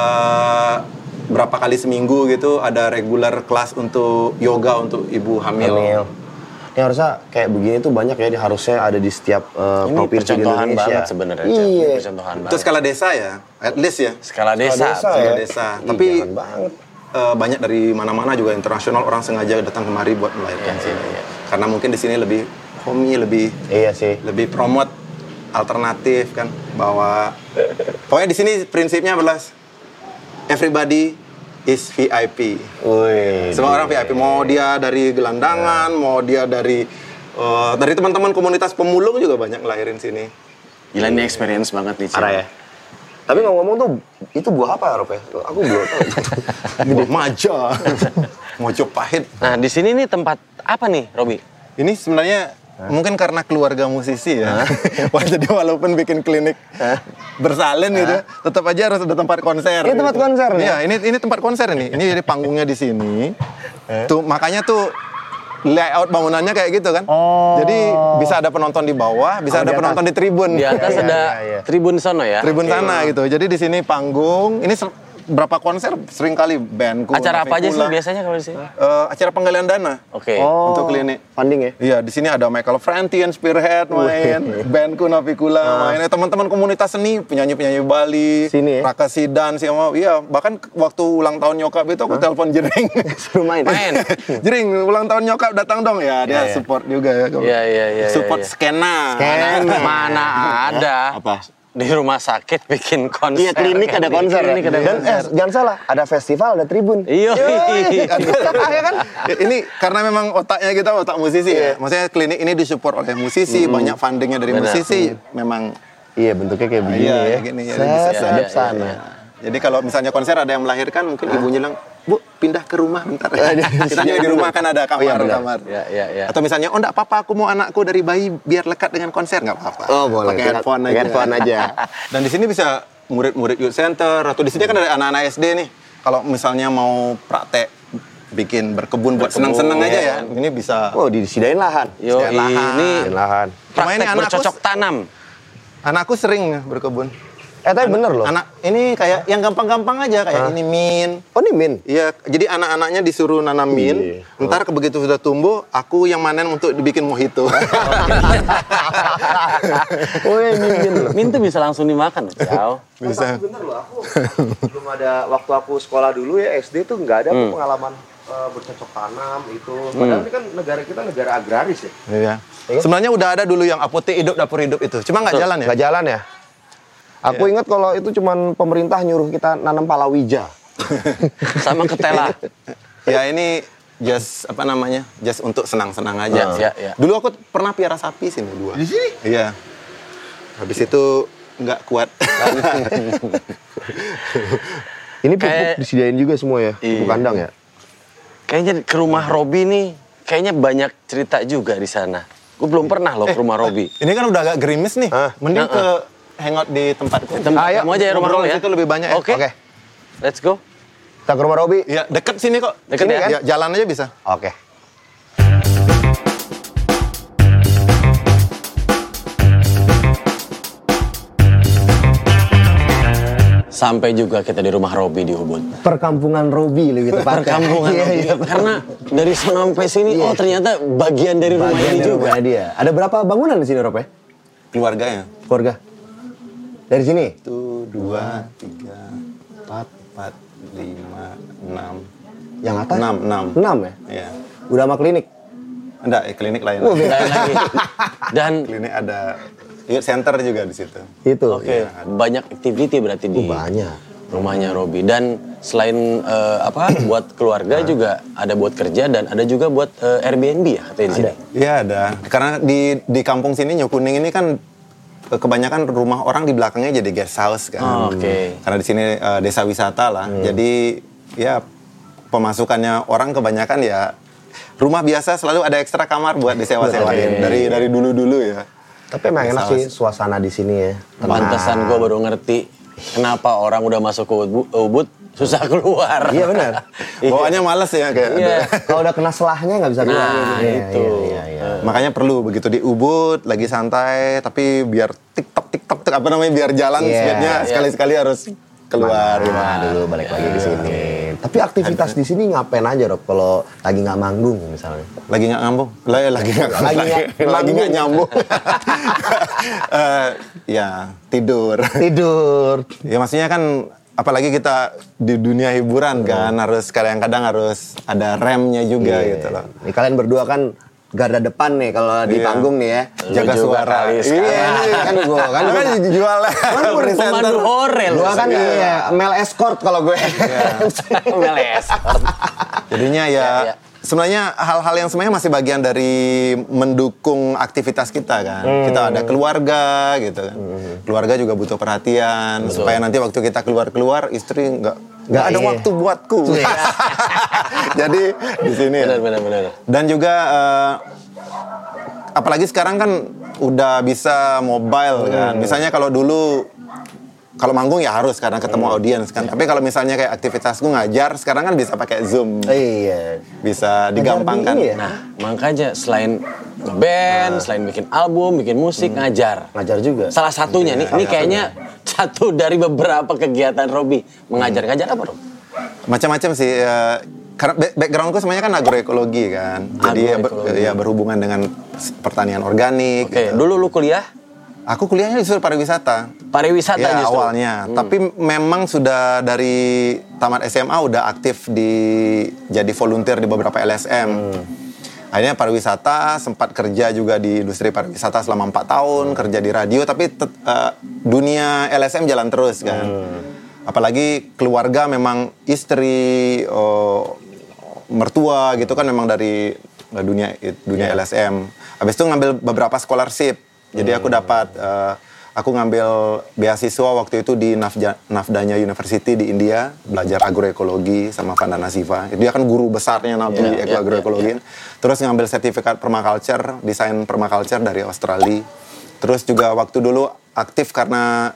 [SPEAKER 4] berapa kali seminggu gitu ada regular kelas untuk yoga untuk ibu hamil.
[SPEAKER 1] Emil. Iya. Ini harusnya kayak begini tuh banyak ya harusnya ada di setiap uh, provinsi
[SPEAKER 3] Ini
[SPEAKER 1] di
[SPEAKER 3] percontohan
[SPEAKER 1] Indonesia.
[SPEAKER 3] banget sebenarnya. Cem. Ini
[SPEAKER 1] Iya.
[SPEAKER 3] Percontohan
[SPEAKER 4] Itu
[SPEAKER 3] banget.
[SPEAKER 4] skala desa ya, at least ya.
[SPEAKER 3] Skala desa.
[SPEAKER 1] desa ya.
[SPEAKER 3] betul.
[SPEAKER 4] Skala desa.
[SPEAKER 1] Ih,
[SPEAKER 4] Tapi
[SPEAKER 1] jangan banget.
[SPEAKER 4] eh, banyak dari mana-mana juga internasional orang sengaja datang kemari buat melahirkan sini. Karena mungkin di sini lebih homey, lebih
[SPEAKER 1] Iya sih.
[SPEAKER 4] lebih promote alternatif kan bahwa pokoknya di sini prinsipnya adalah everybody is VIP.
[SPEAKER 1] Wih.
[SPEAKER 4] Semua orang VIP mau dia dari gelandangan, mau dia dari eh, dari teman-teman komunitas pemulung juga banyak ngelahirin sini.
[SPEAKER 3] Gila ini experience banget nih. Cem.
[SPEAKER 1] Parah ya. Tapi ngomong-ngomong tuh itu buah apa ya Rob ya? Aku belum tahu.
[SPEAKER 4] Buah maja, mojo pahit.
[SPEAKER 3] Nah di sini nih tempat apa nih Robi?
[SPEAKER 4] Ini sebenarnya mungkin karena keluarga musisi ya. [LAUGHS] Wah, jadi walaupun bikin klinik bersalin gitu, tetap aja harus ada tempat konser.
[SPEAKER 1] Ini tempat
[SPEAKER 4] gitu.
[SPEAKER 1] konser nih?
[SPEAKER 4] Iya, ini ini tempat konser nih. Ini jadi panggungnya di sini. Tuh makanya tuh layout bangunannya kayak gitu kan.
[SPEAKER 1] Oh.
[SPEAKER 4] Jadi bisa ada penonton di bawah, bisa ada penonton
[SPEAKER 1] [LAUGHS]
[SPEAKER 4] di tribun.
[SPEAKER 3] Di atas
[SPEAKER 1] Iya,
[SPEAKER 3] ada
[SPEAKER 1] iya, iya.
[SPEAKER 3] tribun sono ya.
[SPEAKER 4] tribun sana gitu. Jadi di sini panggung, ini se- berapa konser sering kali bandku.
[SPEAKER 3] Acara apa aja sih
[SPEAKER 4] Navikula.
[SPEAKER 3] biasanya kalau di sini?
[SPEAKER 4] Eh, acara penggalian dana.
[SPEAKER 3] Oke.
[SPEAKER 1] Oh,
[SPEAKER 4] Untuk klinik.
[SPEAKER 1] Funding ya?
[SPEAKER 4] Iya, di sini ada Michael Frantian, Spearhead main, bandku Navikula main, Eh, teman-teman komunitas seni, penyanyi-penyanyi Bali,
[SPEAKER 1] Sini ya?
[SPEAKER 4] Prakasi dan siapa, iya bahkan ke- waktu ulang tahun nyokap itu aku telepon Jering,
[SPEAKER 1] Suruh main.
[SPEAKER 3] [LAUGHS] Main.
[SPEAKER 4] Jering ulang tahun nyokap datang dong ya,
[SPEAKER 3] Iya,
[SPEAKER 4] dia
[SPEAKER 3] iya.
[SPEAKER 4] support juga ya, kamu.
[SPEAKER 3] Iya, iya, iya,
[SPEAKER 4] support
[SPEAKER 3] iya, iya.
[SPEAKER 4] skena,
[SPEAKER 3] [LAUGHS]
[SPEAKER 4] Nah,
[SPEAKER 3] Mana, mana ada
[SPEAKER 5] Apa?
[SPEAKER 3] di rumah sakit bikin konser.
[SPEAKER 1] Iya klinik
[SPEAKER 3] kan?
[SPEAKER 1] ada konser.
[SPEAKER 3] Klinik ada
[SPEAKER 1] Dan eh,
[SPEAKER 3] konser.
[SPEAKER 1] jangan salah, ada festival, ada tribun.
[SPEAKER 3] Iya.
[SPEAKER 4] Ya kan? ini karena memang otaknya kita otak musisi
[SPEAKER 3] Iya.
[SPEAKER 4] ya. Maksudnya klinik ini disupport oleh musisi,
[SPEAKER 3] Mm-hmm.
[SPEAKER 4] banyak fundingnya dari
[SPEAKER 3] Mm.
[SPEAKER 4] musisi. Memang
[SPEAKER 1] Iya bentuknya kayak begini ya.
[SPEAKER 4] Iya,
[SPEAKER 3] gitu.
[SPEAKER 4] kayak gini, ya,
[SPEAKER 1] Set,
[SPEAKER 4] bisa,
[SPEAKER 1] set,
[SPEAKER 4] iya, iya,
[SPEAKER 1] sana.
[SPEAKER 4] iya. Jadi kalau misalnya konser ada yang melahirkan mungkin ibunya bilang, "Bu, pindah ke rumah bentar." ya." [LAUGHS] Kita juga di rumah kan ada kamar, kamar.
[SPEAKER 3] Iya, iya, iya.
[SPEAKER 4] Atau misalnya, "Oh, enggak apa-apa, aku mau anakku dari bayi biar lekat dengan konser." Enggak apa-apa.
[SPEAKER 1] Oh, boleh.
[SPEAKER 4] Pakai
[SPEAKER 1] Kita-
[SPEAKER 4] handphone aja.
[SPEAKER 1] pakai handphone aja.
[SPEAKER 4] [LAUGHS] Dan di sini bisa murid-murid youth center atau di sini kan ada anak-anak SD nih. Kalau misalnya mau praktek bikin berkebun buat senang-senang aja ya. Ini bisa
[SPEAKER 1] Oh, disidain lahan.
[SPEAKER 3] Yo, ini
[SPEAKER 1] Disidain lahan.
[SPEAKER 4] Cuma ini
[SPEAKER 3] praktek
[SPEAKER 4] anakku-
[SPEAKER 3] bercocok tanam.
[SPEAKER 4] Anakku sering berkebun.
[SPEAKER 1] Eh, tapi bener loh.
[SPEAKER 4] Anak ini kayak yang gampang-gampang aja kayak ini min,
[SPEAKER 1] Oh, ini min.
[SPEAKER 4] Iya, jadi anak-anaknya disuruh nanamin. Ntar ke begitu sudah tumbuh, aku yang manen untuk dibikin mojito.
[SPEAKER 1] [LAUGHS] Oh, iya, min, min loh.
[SPEAKER 3] Min tuh bisa langsung dimakan, Ciao.
[SPEAKER 4] Bisa.
[SPEAKER 1] Tapi bener loh, aku belum ada waktu aku sekolah dulu ya SD tuh nggak ada aku
[SPEAKER 3] Hmm.
[SPEAKER 1] pengalaman eh, bercocok tanam itu. Padahal ini kan negara kita negara agraris ya.
[SPEAKER 4] [LAUGHS] Iya. Sebenarnya udah ada dulu yang apotek hidup dapur hidup itu, cuma nggak jalan ya.
[SPEAKER 1] Nggak jalan ya. Aku
[SPEAKER 3] Iya.
[SPEAKER 1] ingat kalau itu cuman pemerintah nyuruh kita nanam palawija.
[SPEAKER 3] Sama ketela.
[SPEAKER 4] Ya ini just apa namanya, just untuk senang-senang aja.
[SPEAKER 3] Iya, iya.
[SPEAKER 4] Dulu aku pernah piara sapi sini dua. Di sini? Iya. Habis itu nggak kuat. [LAUGHS]
[SPEAKER 1] Ini pupuk
[SPEAKER 3] Kayak-
[SPEAKER 1] disediain juga semua ya, pupuk
[SPEAKER 3] Iya.
[SPEAKER 1] kandang ya.
[SPEAKER 3] Kayaknya ke rumah Robi nih, kayaknya banyak cerita juga di sana. Gue belum pernah loh ke rumah Robi.
[SPEAKER 4] ini kan udah agak gerimis nih. Mending ke hangout di tempatku.
[SPEAKER 3] Tempat
[SPEAKER 1] Ayo,
[SPEAKER 3] kamu aja ya rumah
[SPEAKER 4] ngobrol
[SPEAKER 3] Robi
[SPEAKER 4] di
[SPEAKER 3] ya.
[SPEAKER 4] situ lebih banyak ya.
[SPEAKER 3] Oke.
[SPEAKER 1] Oke.
[SPEAKER 3] Let's go.
[SPEAKER 1] Kita ke rumah Robi.
[SPEAKER 4] Iya, deket sini kok.
[SPEAKER 3] Deket
[SPEAKER 4] Sini
[SPEAKER 3] ya?
[SPEAKER 4] Iya, Jalan aja bisa.
[SPEAKER 1] Oke.
[SPEAKER 3] Sampai juga kita di rumah Robi di Ubud.
[SPEAKER 1] Perkampungan Robi lebih tepatnya.
[SPEAKER 3] Perkampungan
[SPEAKER 1] [LAUGHS] Iya,
[SPEAKER 3] Robi.
[SPEAKER 1] iya.
[SPEAKER 3] Karena dari sana sampai sini, oh ternyata bagian dari rumah
[SPEAKER 1] Bagian
[SPEAKER 3] ini
[SPEAKER 1] dari
[SPEAKER 3] juga.
[SPEAKER 1] rumah Iya, dia. Ada berapa bangunan di sini, Rob ya?
[SPEAKER 4] Keluarganya.
[SPEAKER 1] Keluarga. Dari sini?
[SPEAKER 4] satu dua tiga empat empat lima enam
[SPEAKER 1] Yang atas?
[SPEAKER 4] enam enam
[SPEAKER 1] Enam ya?
[SPEAKER 4] ya
[SPEAKER 1] Udah sama klinik?
[SPEAKER 4] enggak ya, klinik lain
[SPEAKER 1] Oh, beda.
[SPEAKER 3] Lain lagi.
[SPEAKER 1] [LAUGHS]
[SPEAKER 3] Dan
[SPEAKER 4] [LAUGHS]
[SPEAKER 1] Iya.
[SPEAKER 4] klinik ada youth center juga di situ
[SPEAKER 1] Itu.
[SPEAKER 3] oke, banyak activity berarti di
[SPEAKER 1] Oh, banyak.
[SPEAKER 3] rumahnya Robi. Dan selain eh, apa
[SPEAKER 1] Nah.
[SPEAKER 3] buat keluarga juga ada buat kerja dan ada juga buat eh, Airbnb ya katanya di sini.
[SPEAKER 4] Iya ada karena di di kampung sini Nyo Kuning ini kan eh, kebanyakan rumah orang di belakangnya jadi guest house kan
[SPEAKER 3] Oh, oke.
[SPEAKER 4] karena di sini eh, desa wisata lah
[SPEAKER 1] Hmm.
[SPEAKER 4] jadi ya pemasukannya orang kebanyakan ya rumah biasa selalu ada ekstra kamar buat disewa-sewain dari dari dulu-dulu ya
[SPEAKER 1] Tapi emang enak sih suasana di sini ya.
[SPEAKER 3] Pantesan gue baru ngerti kenapa orang udah masuk ke Ubud, Ubud, susah keluar.
[SPEAKER 1] Iya, benar.
[SPEAKER 4] Bawaannya males ya kayak ada-
[SPEAKER 3] Iya.
[SPEAKER 1] Kalau udah kena selahnya nggak bisa keluar.
[SPEAKER 3] Nah,
[SPEAKER 1] Iya,
[SPEAKER 3] itu.
[SPEAKER 1] Iya, iya, iya.
[SPEAKER 4] Makanya perlu begitu di Ubud lagi santai tapi biar tiktok tiktok tik, apa namanya biar jalan
[SPEAKER 1] Iya.
[SPEAKER 4] speednya
[SPEAKER 1] Iya.
[SPEAKER 4] sekali-sekali harus keluar gitu.
[SPEAKER 1] Nah, dulu balik lagi di sini. Tapi aktivitas di sini ngapain aja, Rob? Kalau lagi nggak manggung misalnya.
[SPEAKER 4] Lagi nggak ngambung, lagi lagi nggak
[SPEAKER 1] Lagi nggak
[SPEAKER 4] lagi nggak
[SPEAKER 1] nyambung.
[SPEAKER 4] nyambung. [LAUGHS] Eh, ya tidur.
[SPEAKER 1] Tidur.
[SPEAKER 4] Ya maksudnya kan apalagi kita di dunia hiburan kan harus kadang-kadang harus ada remnya juga
[SPEAKER 1] Iya.
[SPEAKER 4] gitu loh.
[SPEAKER 1] Ini kalian berdua kan garda depan nih kalau di
[SPEAKER 4] Iya.
[SPEAKER 1] panggung nih ya.
[SPEAKER 4] Jaga
[SPEAKER 3] juga
[SPEAKER 4] suara.
[SPEAKER 3] kali
[SPEAKER 4] Iya,
[SPEAKER 1] sekarang.
[SPEAKER 4] iya.
[SPEAKER 3] [LAUGHS]
[SPEAKER 1] Kan gua- kan
[SPEAKER 4] Lu kan
[SPEAKER 1] gua-
[SPEAKER 4] jual
[SPEAKER 1] Kan gua
[SPEAKER 4] presenter.
[SPEAKER 3] Pemandu horel.
[SPEAKER 1] Gua kan
[SPEAKER 3] Sekarang.
[SPEAKER 1] iya, mel escort
[SPEAKER 3] [LAUGHS]
[SPEAKER 1] kalau gue.
[SPEAKER 3] [LAUGHS] Meles.
[SPEAKER 4] Jadinya ya,
[SPEAKER 3] Ya, ya.
[SPEAKER 4] sebenarnya hal-hal yang sebenarnya masih bagian dari mendukung aktivitas kita kan. Kita ada keluarga gitu kan. Keluarga juga butuh perhatian supaya nanti waktu kita keluar-keluar istri nggak nggak ada
[SPEAKER 1] iya.
[SPEAKER 4] waktu buatku. [LAUGHS] Jadi di sini ya.
[SPEAKER 3] Benar, benar, benar.
[SPEAKER 4] Dan juga eh, apalagi sekarang kan udah bisa mobile kan. Misalnya kalau dulu kalau manggung ya harus karena ketemu audiens kan. Tapi kalau misalnya kayak aktivitasku ngajar sekarang kan bisa pakai Zoom.
[SPEAKER 1] Iya.
[SPEAKER 4] Bisa digampangkan.
[SPEAKER 1] ini ya?
[SPEAKER 3] Nah, makanya selain
[SPEAKER 4] Nah. Hmm.
[SPEAKER 3] band, selain bikin album, bikin musik, ngajar.
[SPEAKER 1] Ngajar juga.
[SPEAKER 4] Iya,
[SPEAKER 3] Salah satunya nih, ini kayaknya satu dari beberapa kegiatan Robi mengajar
[SPEAKER 4] Hmm.
[SPEAKER 3] ngajar apa Rob?
[SPEAKER 4] Gitu. Macam-macam sih. eh, karena back- backgroundku semuanya kan agroekologi kan. Jadi ya, ber-
[SPEAKER 3] Agroekologi.
[SPEAKER 4] ya berhubungan dengan s- pertanian organik.
[SPEAKER 3] Oke
[SPEAKER 4] gitu.
[SPEAKER 3] dulu lu kuliah
[SPEAKER 4] Aku kuliahnya di Institut pariwisata.
[SPEAKER 3] pariwisata
[SPEAKER 4] Ya
[SPEAKER 3] justru.
[SPEAKER 4] awalnya, tapi memang sudah dari tamat SMA udah aktif di jadi volunteer di beberapa LSM. Akhirnya pariwisata, sempat kerja juga di industri pariwisata selama empat tahun, kerja di radio, tapi tet- eh, dunia LSM jalan terus kan. Apalagi keluarga memang istri, eh, mertua gitu kan memang dari eh, dunia
[SPEAKER 3] Iya.
[SPEAKER 4] dunia LSM. Habis itu ngambil beberapa scholarship, jadi
[SPEAKER 3] Hmm.
[SPEAKER 4] aku dapat eh, aku ngambil beasiswa waktu itu di Nafja, Nafdanya University di India belajar agroekologi sama Vandana Siva dia kan guru besarnya Nabi
[SPEAKER 3] Iya, iya,
[SPEAKER 4] agroekologi terus ngambil sertifikat permaculture desain permaculture dari Australia terus juga waktu dulu aktif karena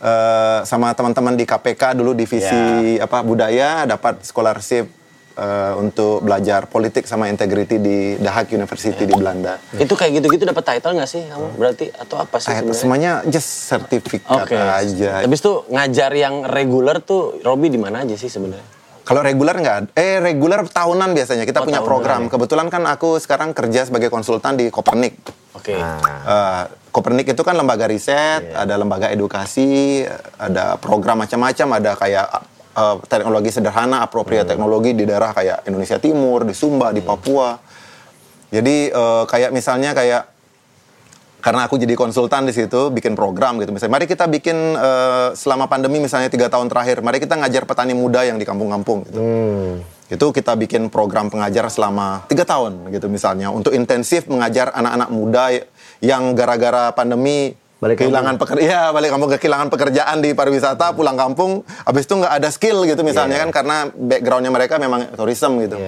[SPEAKER 4] eh, sama teman-teman di KPK dulu divisi apa budaya dapat scholarship eh, untuk belajar politik sama integrity di The Hague University di Belanda
[SPEAKER 3] Itu kayak gitu-gitu dapat title nggak sih kamu berarti atau apa sih?
[SPEAKER 4] Ah, itu
[SPEAKER 3] sebenarnya?
[SPEAKER 4] semuanya just sertifikat
[SPEAKER 3] Oke.
[SPEAKER 4] aja
[SPEAKER 3] Habis itu ngajar yang reguler tuh Robi di mana aja sih sebenarnya?
[SPEAKER 4] Kalau reguler nggak? ada. Eh reguler tahunan biasanya kita punya program. Kebetulan kan aku sekarang kerja sebagai konsultan di Kopernik.
[SPEAKER 3] Oke.
[SPEAKER 4] Eh, Kopernik itu kan lembaga riset, ada lembaga edukasi, ada program macam-macam, ada kayak eh, teknologi sederhana, appropriate teknologi di daerah kayak Indonesia Timur, di Sumba, di Papua. Jadi eh, kayak misalnya kayak karena aku jadi konsultan di situ bikin program gitu misalnya mari kita bikin eh, selama pandemi misalnya tiga tahun terakhir mari kita ngajar petani muda yang di kampung-kampung gitu itu kita bikin program pengajar selama tiga tahun gitu misalnya untuk intensif mengajar anak-anak muda yang gara-gara pandemi
[SPEAKER 1] Balik
[SPEAKER 4] kehilangan pekerjaan ya balik kampung kehilangan pekerjaan di pariwisata pulang kampung habis itu nggak ada skill gitu
[SPEAKER 1] Iya.
[SPEAKER 4] misalnya kan karena backgroundnya mereka memang tourism gitu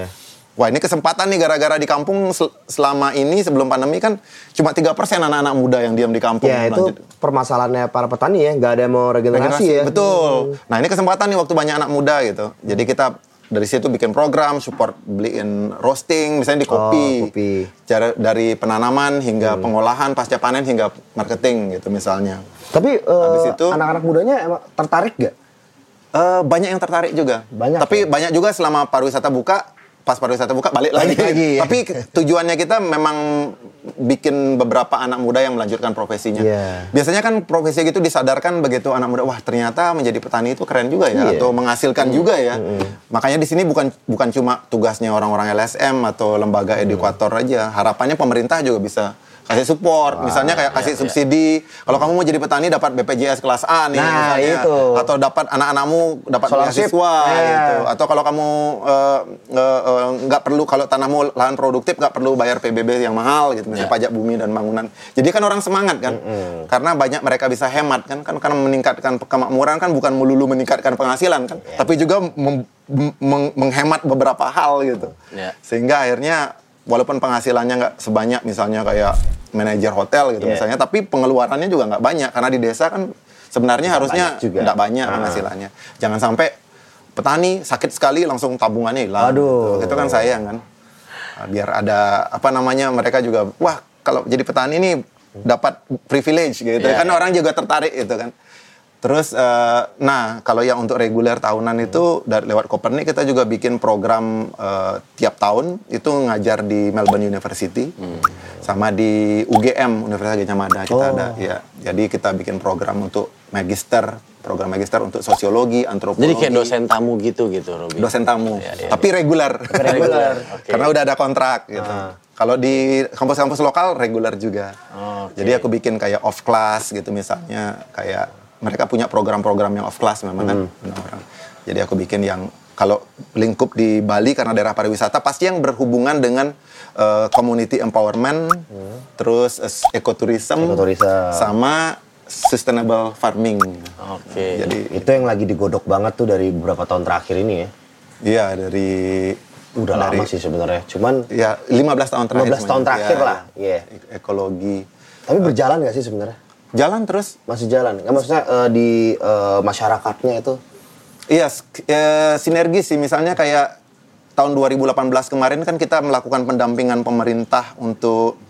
[SPEAKER 4] Wah ini kesempatan nih gara-gara di kampung sel- selama ini sebelum pandemi kan cuma 3% anak-anak muda yang diam di kampung.
[SPEAKER 1] Ya itu
[SPEAKER 4] Lanjut.
[SPEAKER 1] permasalahannya para petani ya, nggak ada yang mau regenerasi,
[SPEAKER 4] Regenerasi,
[SPEAKER 1] ya.
[SPEAKER 4] Betul. Nah ini kesempatan nih waktu banyak anak muda gitu. Jadi kita dari situ bikin program, support beliin roasting, misalnya di kopi.
[SPEAKER 1] Oh, kopi. Hmm.
[SPEAKER 4] Cara- dari penanaman hingga pengolahan, pasca panen hingga marketing gitu misalnya.
[SPEAKER 1] Tapi eh,
[SPEAKER 4] Habis itu-
[SPEAKER 1] anak-anak mudanya emang tertarik gak?
[SPEAKER 4] Eh, banyak yang tertarik juga.
[SPEAKER 1] Banyak, ya?
[SPEAKER 4] Tapi banyak juga selama pariwisata buka, pas pariwisata buka balik
[SPEAKER 1] Balik
[SPEAKER 4] lagi.
[SPEAKER 1] lagi, ya.
[SPEAKER 4] Tapi tujuannya kita memang bikin beberapa anak muda yang melanjutkan profesinya.
[SPEAKER 1] Iya.
[SPEAKER 4] Biasanya kan profesi gitu disadarkan begitu anak muda, wah ternyata menjadi petani itu keren juga ya,
[SPEAKER 1] Iya.
[SPEAKER 4] atau menghasilkan juga ya. Makanya di sini bukan bukan cuma tugasnya orang-orang LSM atau lembaga edukator aja. Harapannya pemerintah juga bisa kasih support, misalnya
[SPEAKER 1] iya,
[SPEAKER 4] kayak kasih subsidi. Kalau kamu mau jadi petani dapat BPJS kelas A nih,
[SPEAKER 1] Nah,
[SPEAKER 4] misalnya.
[SPEAKER 1] itu.
[SPEAKER 4] atau dapat anak-anakmu dapat
[SPEAKER 1] Scholarship.
[SPEAKER 4] beasiswa
[SPEAKER 1] Eh.
[SPEAKER 4] gitu. Atau kalau kamu eh, eh, eh, nggak perlu kalau tanahmu lahan produktif nggak perlu bayar PBB yang mahal gitu, misalnya pajak bumi dan bangunan. Jadi kan orang semangat kan, karena banyak mereka bisa hemat kan, kan karena meningkatkan pe- kemakmuran kan bukan melulu meningkatkan penghasilan kan, tapi juga mem- meng- menghemat beberapa hal gitu.
[SPEAKER 3] Ya.
[SPEAKER 4] Sehingga akhirnya walaupun penghasilannya nggak sebanyak misalnya kayak manajer hotel gitu misalnya, tapi pengeluarannya juga nggak banyak karena di desa kan sebenarnya harusnya
[SPEAKER 1] banyak juga.
[SPEAKER 4] nggak banyak
[SPEAKER 3] Iya.
[SPEAKER 4] penghasilannya. kan Jangan sampai petani sakit sekali langsung tabungannya hilang.
[SPEAKER 1] Aduh.
[SPEAKER 4] Gitu. Itu kan sayang kan. Nah, Biar ada apa namanya mereka juga wah kalau jadi petani nih dapat privilege gitu.
[SPEAKER 3] Iya.
[SPEAKER 4] Kan orang juga tertarik itu kan. Terus eh, nah kalau yang untuk reguler
[SPEAKER 3] Hmm.
[SPEAKER 4] tahunan itu dari lewat Kopernik kita juga bikin program eh, tiap tahun itu ngajar di Melbourne University
[SPEAKER 3] Hmm.
[SPEAKER 4] sama di UGM Universitas Gajah Mada kita ada
[SPEAKER 3] Oh.
[SPEAKER 4] ya. Jadi kita bikin program untuk magister, program magister untuk sosiologi,
[SPEAKER 3] Jadi
[SPEAKER 4] antropologi
[SPEAKER 3] kayak dosen tamu gitu gitu Robi.
[SPEAKER 4] dosen tamu,
[SPEAKER 3] Iya, iya.
[SPEAKER 4] tapi reguler. [LAUGHS]
[SPEAKER 3] reguler, oke. Ah.
[SPEAKER 4] Karena udah ada kontrak gitu. Kalau di kampus-kampus lokal reguler juga.
[SPEAKER 3] Oh, Oke.
[SPEAKER 4] Jadi aku bikin kayak off class gitu misalnya, kayak mereka punya program-program yang off class memang kan
[SPEAKER 3] Hmm.
[SPEAKER 4] orang-orang. Jadi aku bikin yang kalau lingkup di Bali karena daerah pariwisata pasti yang berhubungan dengan eh, community empowerment,
[SPEAKER 3] Hmm.
[SPEAKER 4] terus eh, ecotourism,
[SPEAKER 1] Ecotourism.
[SPEAKER 4] sama sustainable farming.
[SPEAKER 3] Oke.
[SPEAKER 4] Jadi
[SPEAKER 1] Itu yang lagi digodok banget tuh dari beberapa tahun terakhir ini ya.
[SPEAKER 4] iya dari
[SPEAKER 1] Udah
[SPEAKER 4] dari-
[SPEAKER 1] lama sih sebenarnya. Cuman
[SPEAKER 4] Ya, 15 tahun terakhir.
[SPEAKER 1] 15 tahun
[SPEAKER 4] semuanya.
[SPEAKER 1] terakhir
[SPEAKER 4] Ya,
[SPEAKER 1] lah, iya.
[SPEAKER 4] ek- Ekologi. Eh.
[SPEAKER 1] tapi berjalan gak sih sebenarnya?
[SPEAKER 4] Jalan terus.
[SPEAKER 1] Masih jalan. Nggak, maksudnya eh, di eh, masyarakatnya itu
[SPEAKER 4] Iya, sk- eh, sinergi sih. Misalnya kayak tahun 2018 kemarin kan kita melakukan pendampingan pemerintah untuk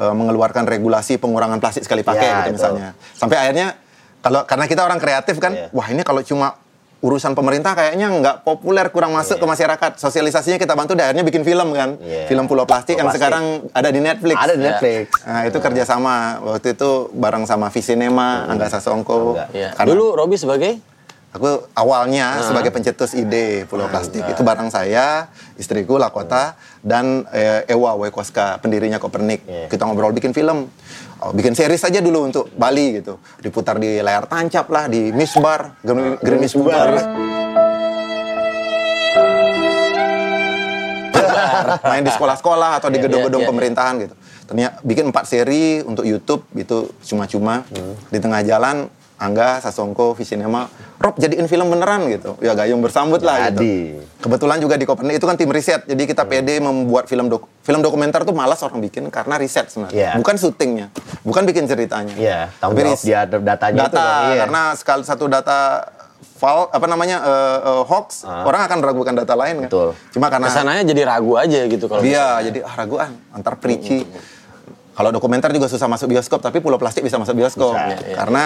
[SPEAKER 4] eh, mengeluarkan regulasi pengurangan plastik sekali pakai
[SPEAKER 1] Ya,
[SPEAKER 4] gitu
[SPEAKER 1] itu.
[SPEAKER 4] misalnya. Sampai akhirnya kalau karena kita orang kreatif kan,
[SPEAKER 5] Iya.
[SPEAKER 4] wah ini kalau cuma urusan pemerintah kayaknya nggak populer, kurang masuk ke masyarakat. Sosialisasinya kita bantu, akhirnya bikin film kan,
[SPEAKER 5] Iya.
[SPEAKER 4] film Pulau Plastik
[SPEAKER 5] Pulau
[SPEAKER 4] yang
[SPEAKER 5] Plastik.
[SPEAKER 4] sekarang ada di Netflix.
[SPEAKER 1] Ada di Netflix.
[SPEAKER 4] Nah, itu kerjasama waktu itu bareng sama Visinema, Angga Sasongko.
[SPEAKER 5] Angga,
[SPEAKER 3] Iya.
[SPEAKER 4] Karena
[SPEAKER 3] Dulu Robi sebagai
[SPEAKER 4] Aku
[SPEAKER 3] Ah.
[SPEAKER 4] awalnya sebagai pencetus ide Pulau Plastik
[SPEAKER 3] iya.
[SPEAKER 4] itu barang saya, istriku Lakota dan eh, Ewa Wekoska pendirinya Kopernik.
[SPEAKER 5] Iya.
[SPEAKER 4] Kita ngobrol bikin film, Oh, bikin series aja dulu untuk Bali gitu. Diputar di layar tancap lah, di Misbar,
[SPEAKER 3] Ah,
[SPEAKER 4] Green, Green Misbar lah. main di sekolah-sekolah atau di
[SPEAKER 3] Iya,
[SPEAKER 4] gedung-gedung
[SPEAKER 3] iya, iya.
[SPEAKER 4] pemerintahan gitu. Ternyata bikin empat seri untuk YouTube itu cuma-cuma di tengah jalan Angga, Sasongko, Visinema, Rob jadiin film beneran gitu. Ya gayung bersambut lah gitu.
[SPEAKER 5] Jadi. Hmm.
[SPEAKER 4] Kebetulan juga di Kopernik itu kan tim riset, jadi kita pede membuat film dok film dokumenter tuh malas orang bikin karena riset sebenarnya.
[SPEAKER 5] Iya.
[SPEAKER 4] Bukan syutingnya, bukan bikin ceritanya.
[SPEAKER 5] Iya, tanggung
[SPEAKER 4] Tapi
[SPEAKER 5] jawab
[SPEAKER 4] ris-
[SPEAKER 5] dia ada datanya itu
[SPEAKER 4] data,
[SPEAKER 5] dong, iya.
[SPEAKER 4] karena sekali satu data fal apa namanya eh, eh, hoax,
[SPEAKER 5] Ah.
[SPEAKER 4] orang akan meragukan data lain kan.
[SPEAKER 5] Betul.
[SPEAKER 4] Cuma karena
[SPEAKER 3] kesananya jadi ragu aja gitu kalau
[SPEAKER 4] Iya, jadi ah ragu ah, antar perici. Kalau dokumenter juga susah masuk bioskop, tapi Pulau Plastik bisa masuk bioskop.
[SPEAKER 5] Bisa,
[SPEAKER 3] iya.
[SPEAKER 4] Karena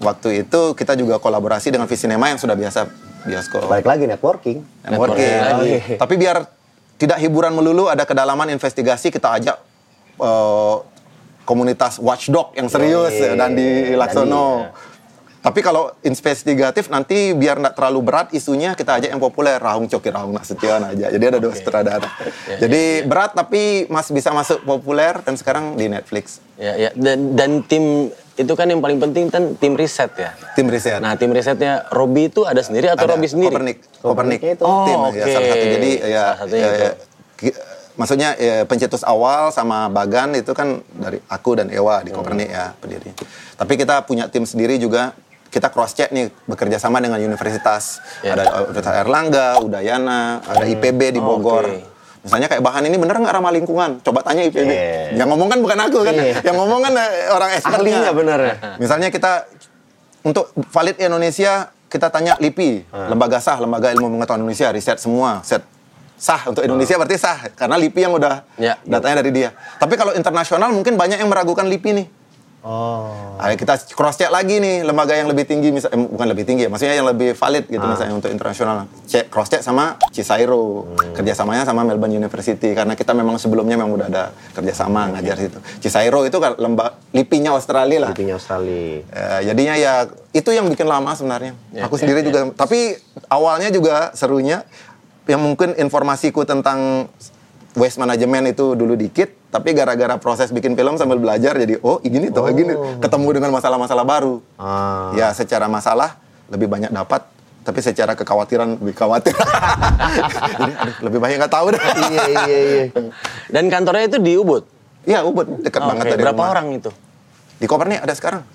[SPEAKER 4] waktu itu kita juga kolaborasi dengan Visinema yang sudah biasa bioskop.
[SPEAKER 5] Balik lagi networking.
[SPEAKER 4] Networking.
[SPEAKER 3] Networking.
[SPEAKER 4] Oke. Tapi biar tidak hiburan melulu, ada kedalaman investigasi, kita ajak eh, komunitas watchdog yang serius
[SPEAKER 5] Yoi.
[SPEAKER 4] dan di Laksono. Tapi kalau investigatif nanti biar nggak terlalu berat isunya kita ajak yang populer Rahung Coki Rahung Nasution aja. Jadi ada dua sutradara. Jadi berat tapi mas bisa masuk populer dan sekarang di Netflix
[SPEAKER 3] Ya, ya. Dan, dan tim itu kan yang paling penting kan tim riset ya.
[SPEAKER 4] tim riset.
[SPEAKER 3] Nah tim risetnya Robi itu ada sendiri atau
[SPEAKER 4] Ada,
[SPEAKER 3] Robi sendiri?
[SPEAKER 4] Kopernik. Kopernik.
[SPEAKER 5] Koperniknya itu.
[SPEAKER 4] Tim,
[SPEAKER 3] Oh,
[SPEAKER 4] ya, salah
[SPEAKER 3] oke.
[SPEAKER 4] satu. Jadi ya,
[SPEAKER 3] Salah satunya
[SPEAKER 4] ya,
[SPEAKER 3] itu.
[SPEAKER 4] ya, ki- maksudnya ya, pencetus awal sama Bagan itu kan dari aku dan Ewa
[SPEAKER 3] Hmm.
[SPEAKER 4] di Kopernik ya pendiri. Tapi kita punya tim sendiri juga. Kita cross check nih bekerja sama dengan universitas.
[SPEAKER 3] Ya.
[SPEAKER 4] Ada Universitas Erlangga, Udayana, ada IPB di
[SPEAKER 3] Oh,
[SPEAKER 4] Bogor.
[SPEAKER 3] oke.
[SPEAKER 4] Misalnya kayak bahan ini bener nggak ramah lingkungan? Coba tanya IPB.
[SPEAKER 5] Iya.
[SPEAKER 4] Yang ngomong kan bukan aku kan.
[SPEAKER 3] Iya.
[SPEAKER 4] Yang ngomong kan eh, orang expertnya.
[SPEAKER 5] Ahlinya bener ya.
[SPEAKER 4] Misalnya kita untuk valid Indonesia kita tanya LIPI, lembaga sah, lembaga ilmu pengetahuan Indonesia, riset semua, set sah untuk Indonesia berarti sah karena LIPI yang udah
[SPEAKER 3] Ya.
[SPEAKER 4] datanya dari dia. Tapi kalau internasional mungkin banyak yang meragukan LIPI nih.
[SPEAKER 5] Oh.
[SPEAKER 4] Ayo kita cross check lagi nih lembaga yang lebih tinggi misal eh, bukan lebih tinggi ya, maksudnya yang lebih valid gitu misalnya untuk internasional. Cek cross check sama Cisairo. Kerjasamanya sama Melbourne University karena kita memang sebelumnya memang udah ada kerjasama ngajar situ. Cisairo itu kan lembaga LIPI-nya Australia lah.
[SPEAKER 5] Lipinya Australia.
[SPEAKER 4] Eh, jadinya ya itu yang bikin lama sebenarnya. Aku sendiri juga. Tapi awalnya juga serunya yang mungkin informasiku tentang waste management itu dulu dikit, tapi gara-gara proses bikin film sambil belajar jadi oh gini toh gini ketemu dengan masalah-masalah baru.
[SPEAKER 5] Ah.
[SPEAKER 4] Ya secara masalah lebih banyak dapat, tapi secara kekhawatiran lebih khawatir. [LAUGHS] Jadi, aduh, lebih banyak nggak tahu dah.
[SPEAKER 5] iya,
[SPEAKER 4] [LAUGHS]
[SPEAKER 5] iya, iya.
[SPEAKER 3] Dan kantornya itu di Ubud.
[SPEAKER 4] Iya, Ubud dekat
[SPEAKER 3] Oh,
[SPEAKER 4] banget
[SPEAKER 3] oke.
[SPEAKER 4] dari
[SPEAKER 3] Berapa
[SPEAKER 4] rumah.
[SPEAKER 3] orang itu?
[SPEAKER 4] Di Kopernik ada sekarang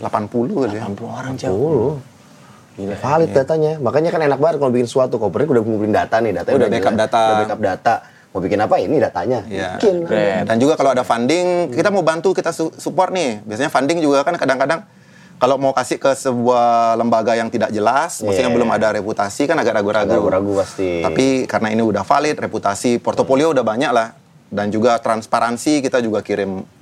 [SPEAKER 4] 80 kali ya.
[SPEAKER 3] 60 orang jauh.
[SPEAKER 5] Dulu.
[SPEAKER 4] Iya,
[SPEAKER 3] Gila.
[SPEAKER 5] Uh, Valid datanya. Makanya kan enak banget kalau bikin suatu kopernya udah ngumpulin data nih, datanya
[SPEAKER 4] Udah
[SPEAKER 5] jelas,
[SPEAKER 4] backup data.
[SPEAKER 5] Udah backup data. Mau bikin apa ini datanya?
[SPEAKER 4] Iya.
[SPEAKER 5] Bikin.
[SPEAKER 3] Keren.
[SPEAKER 4] Dan juga kalau ada funding, kita mau bantu, kita su- support nih. Biasanya funding juga kan kadang-kadang kalau mau kasih ke sebuah lembaga yang tidak jelas, maksudnya
[SPEAKER 5] Iya.
[SPEAKER 4] belum ada reputasi kan agak ragu-ragu.
[SPEAKER 5] Agak ragu-ragu pasti.
[SPEAKER 4] Tapi karena ini udah valid, reputasi, portofolio udah banyak lah. Dan juga transparansi kita juga kirim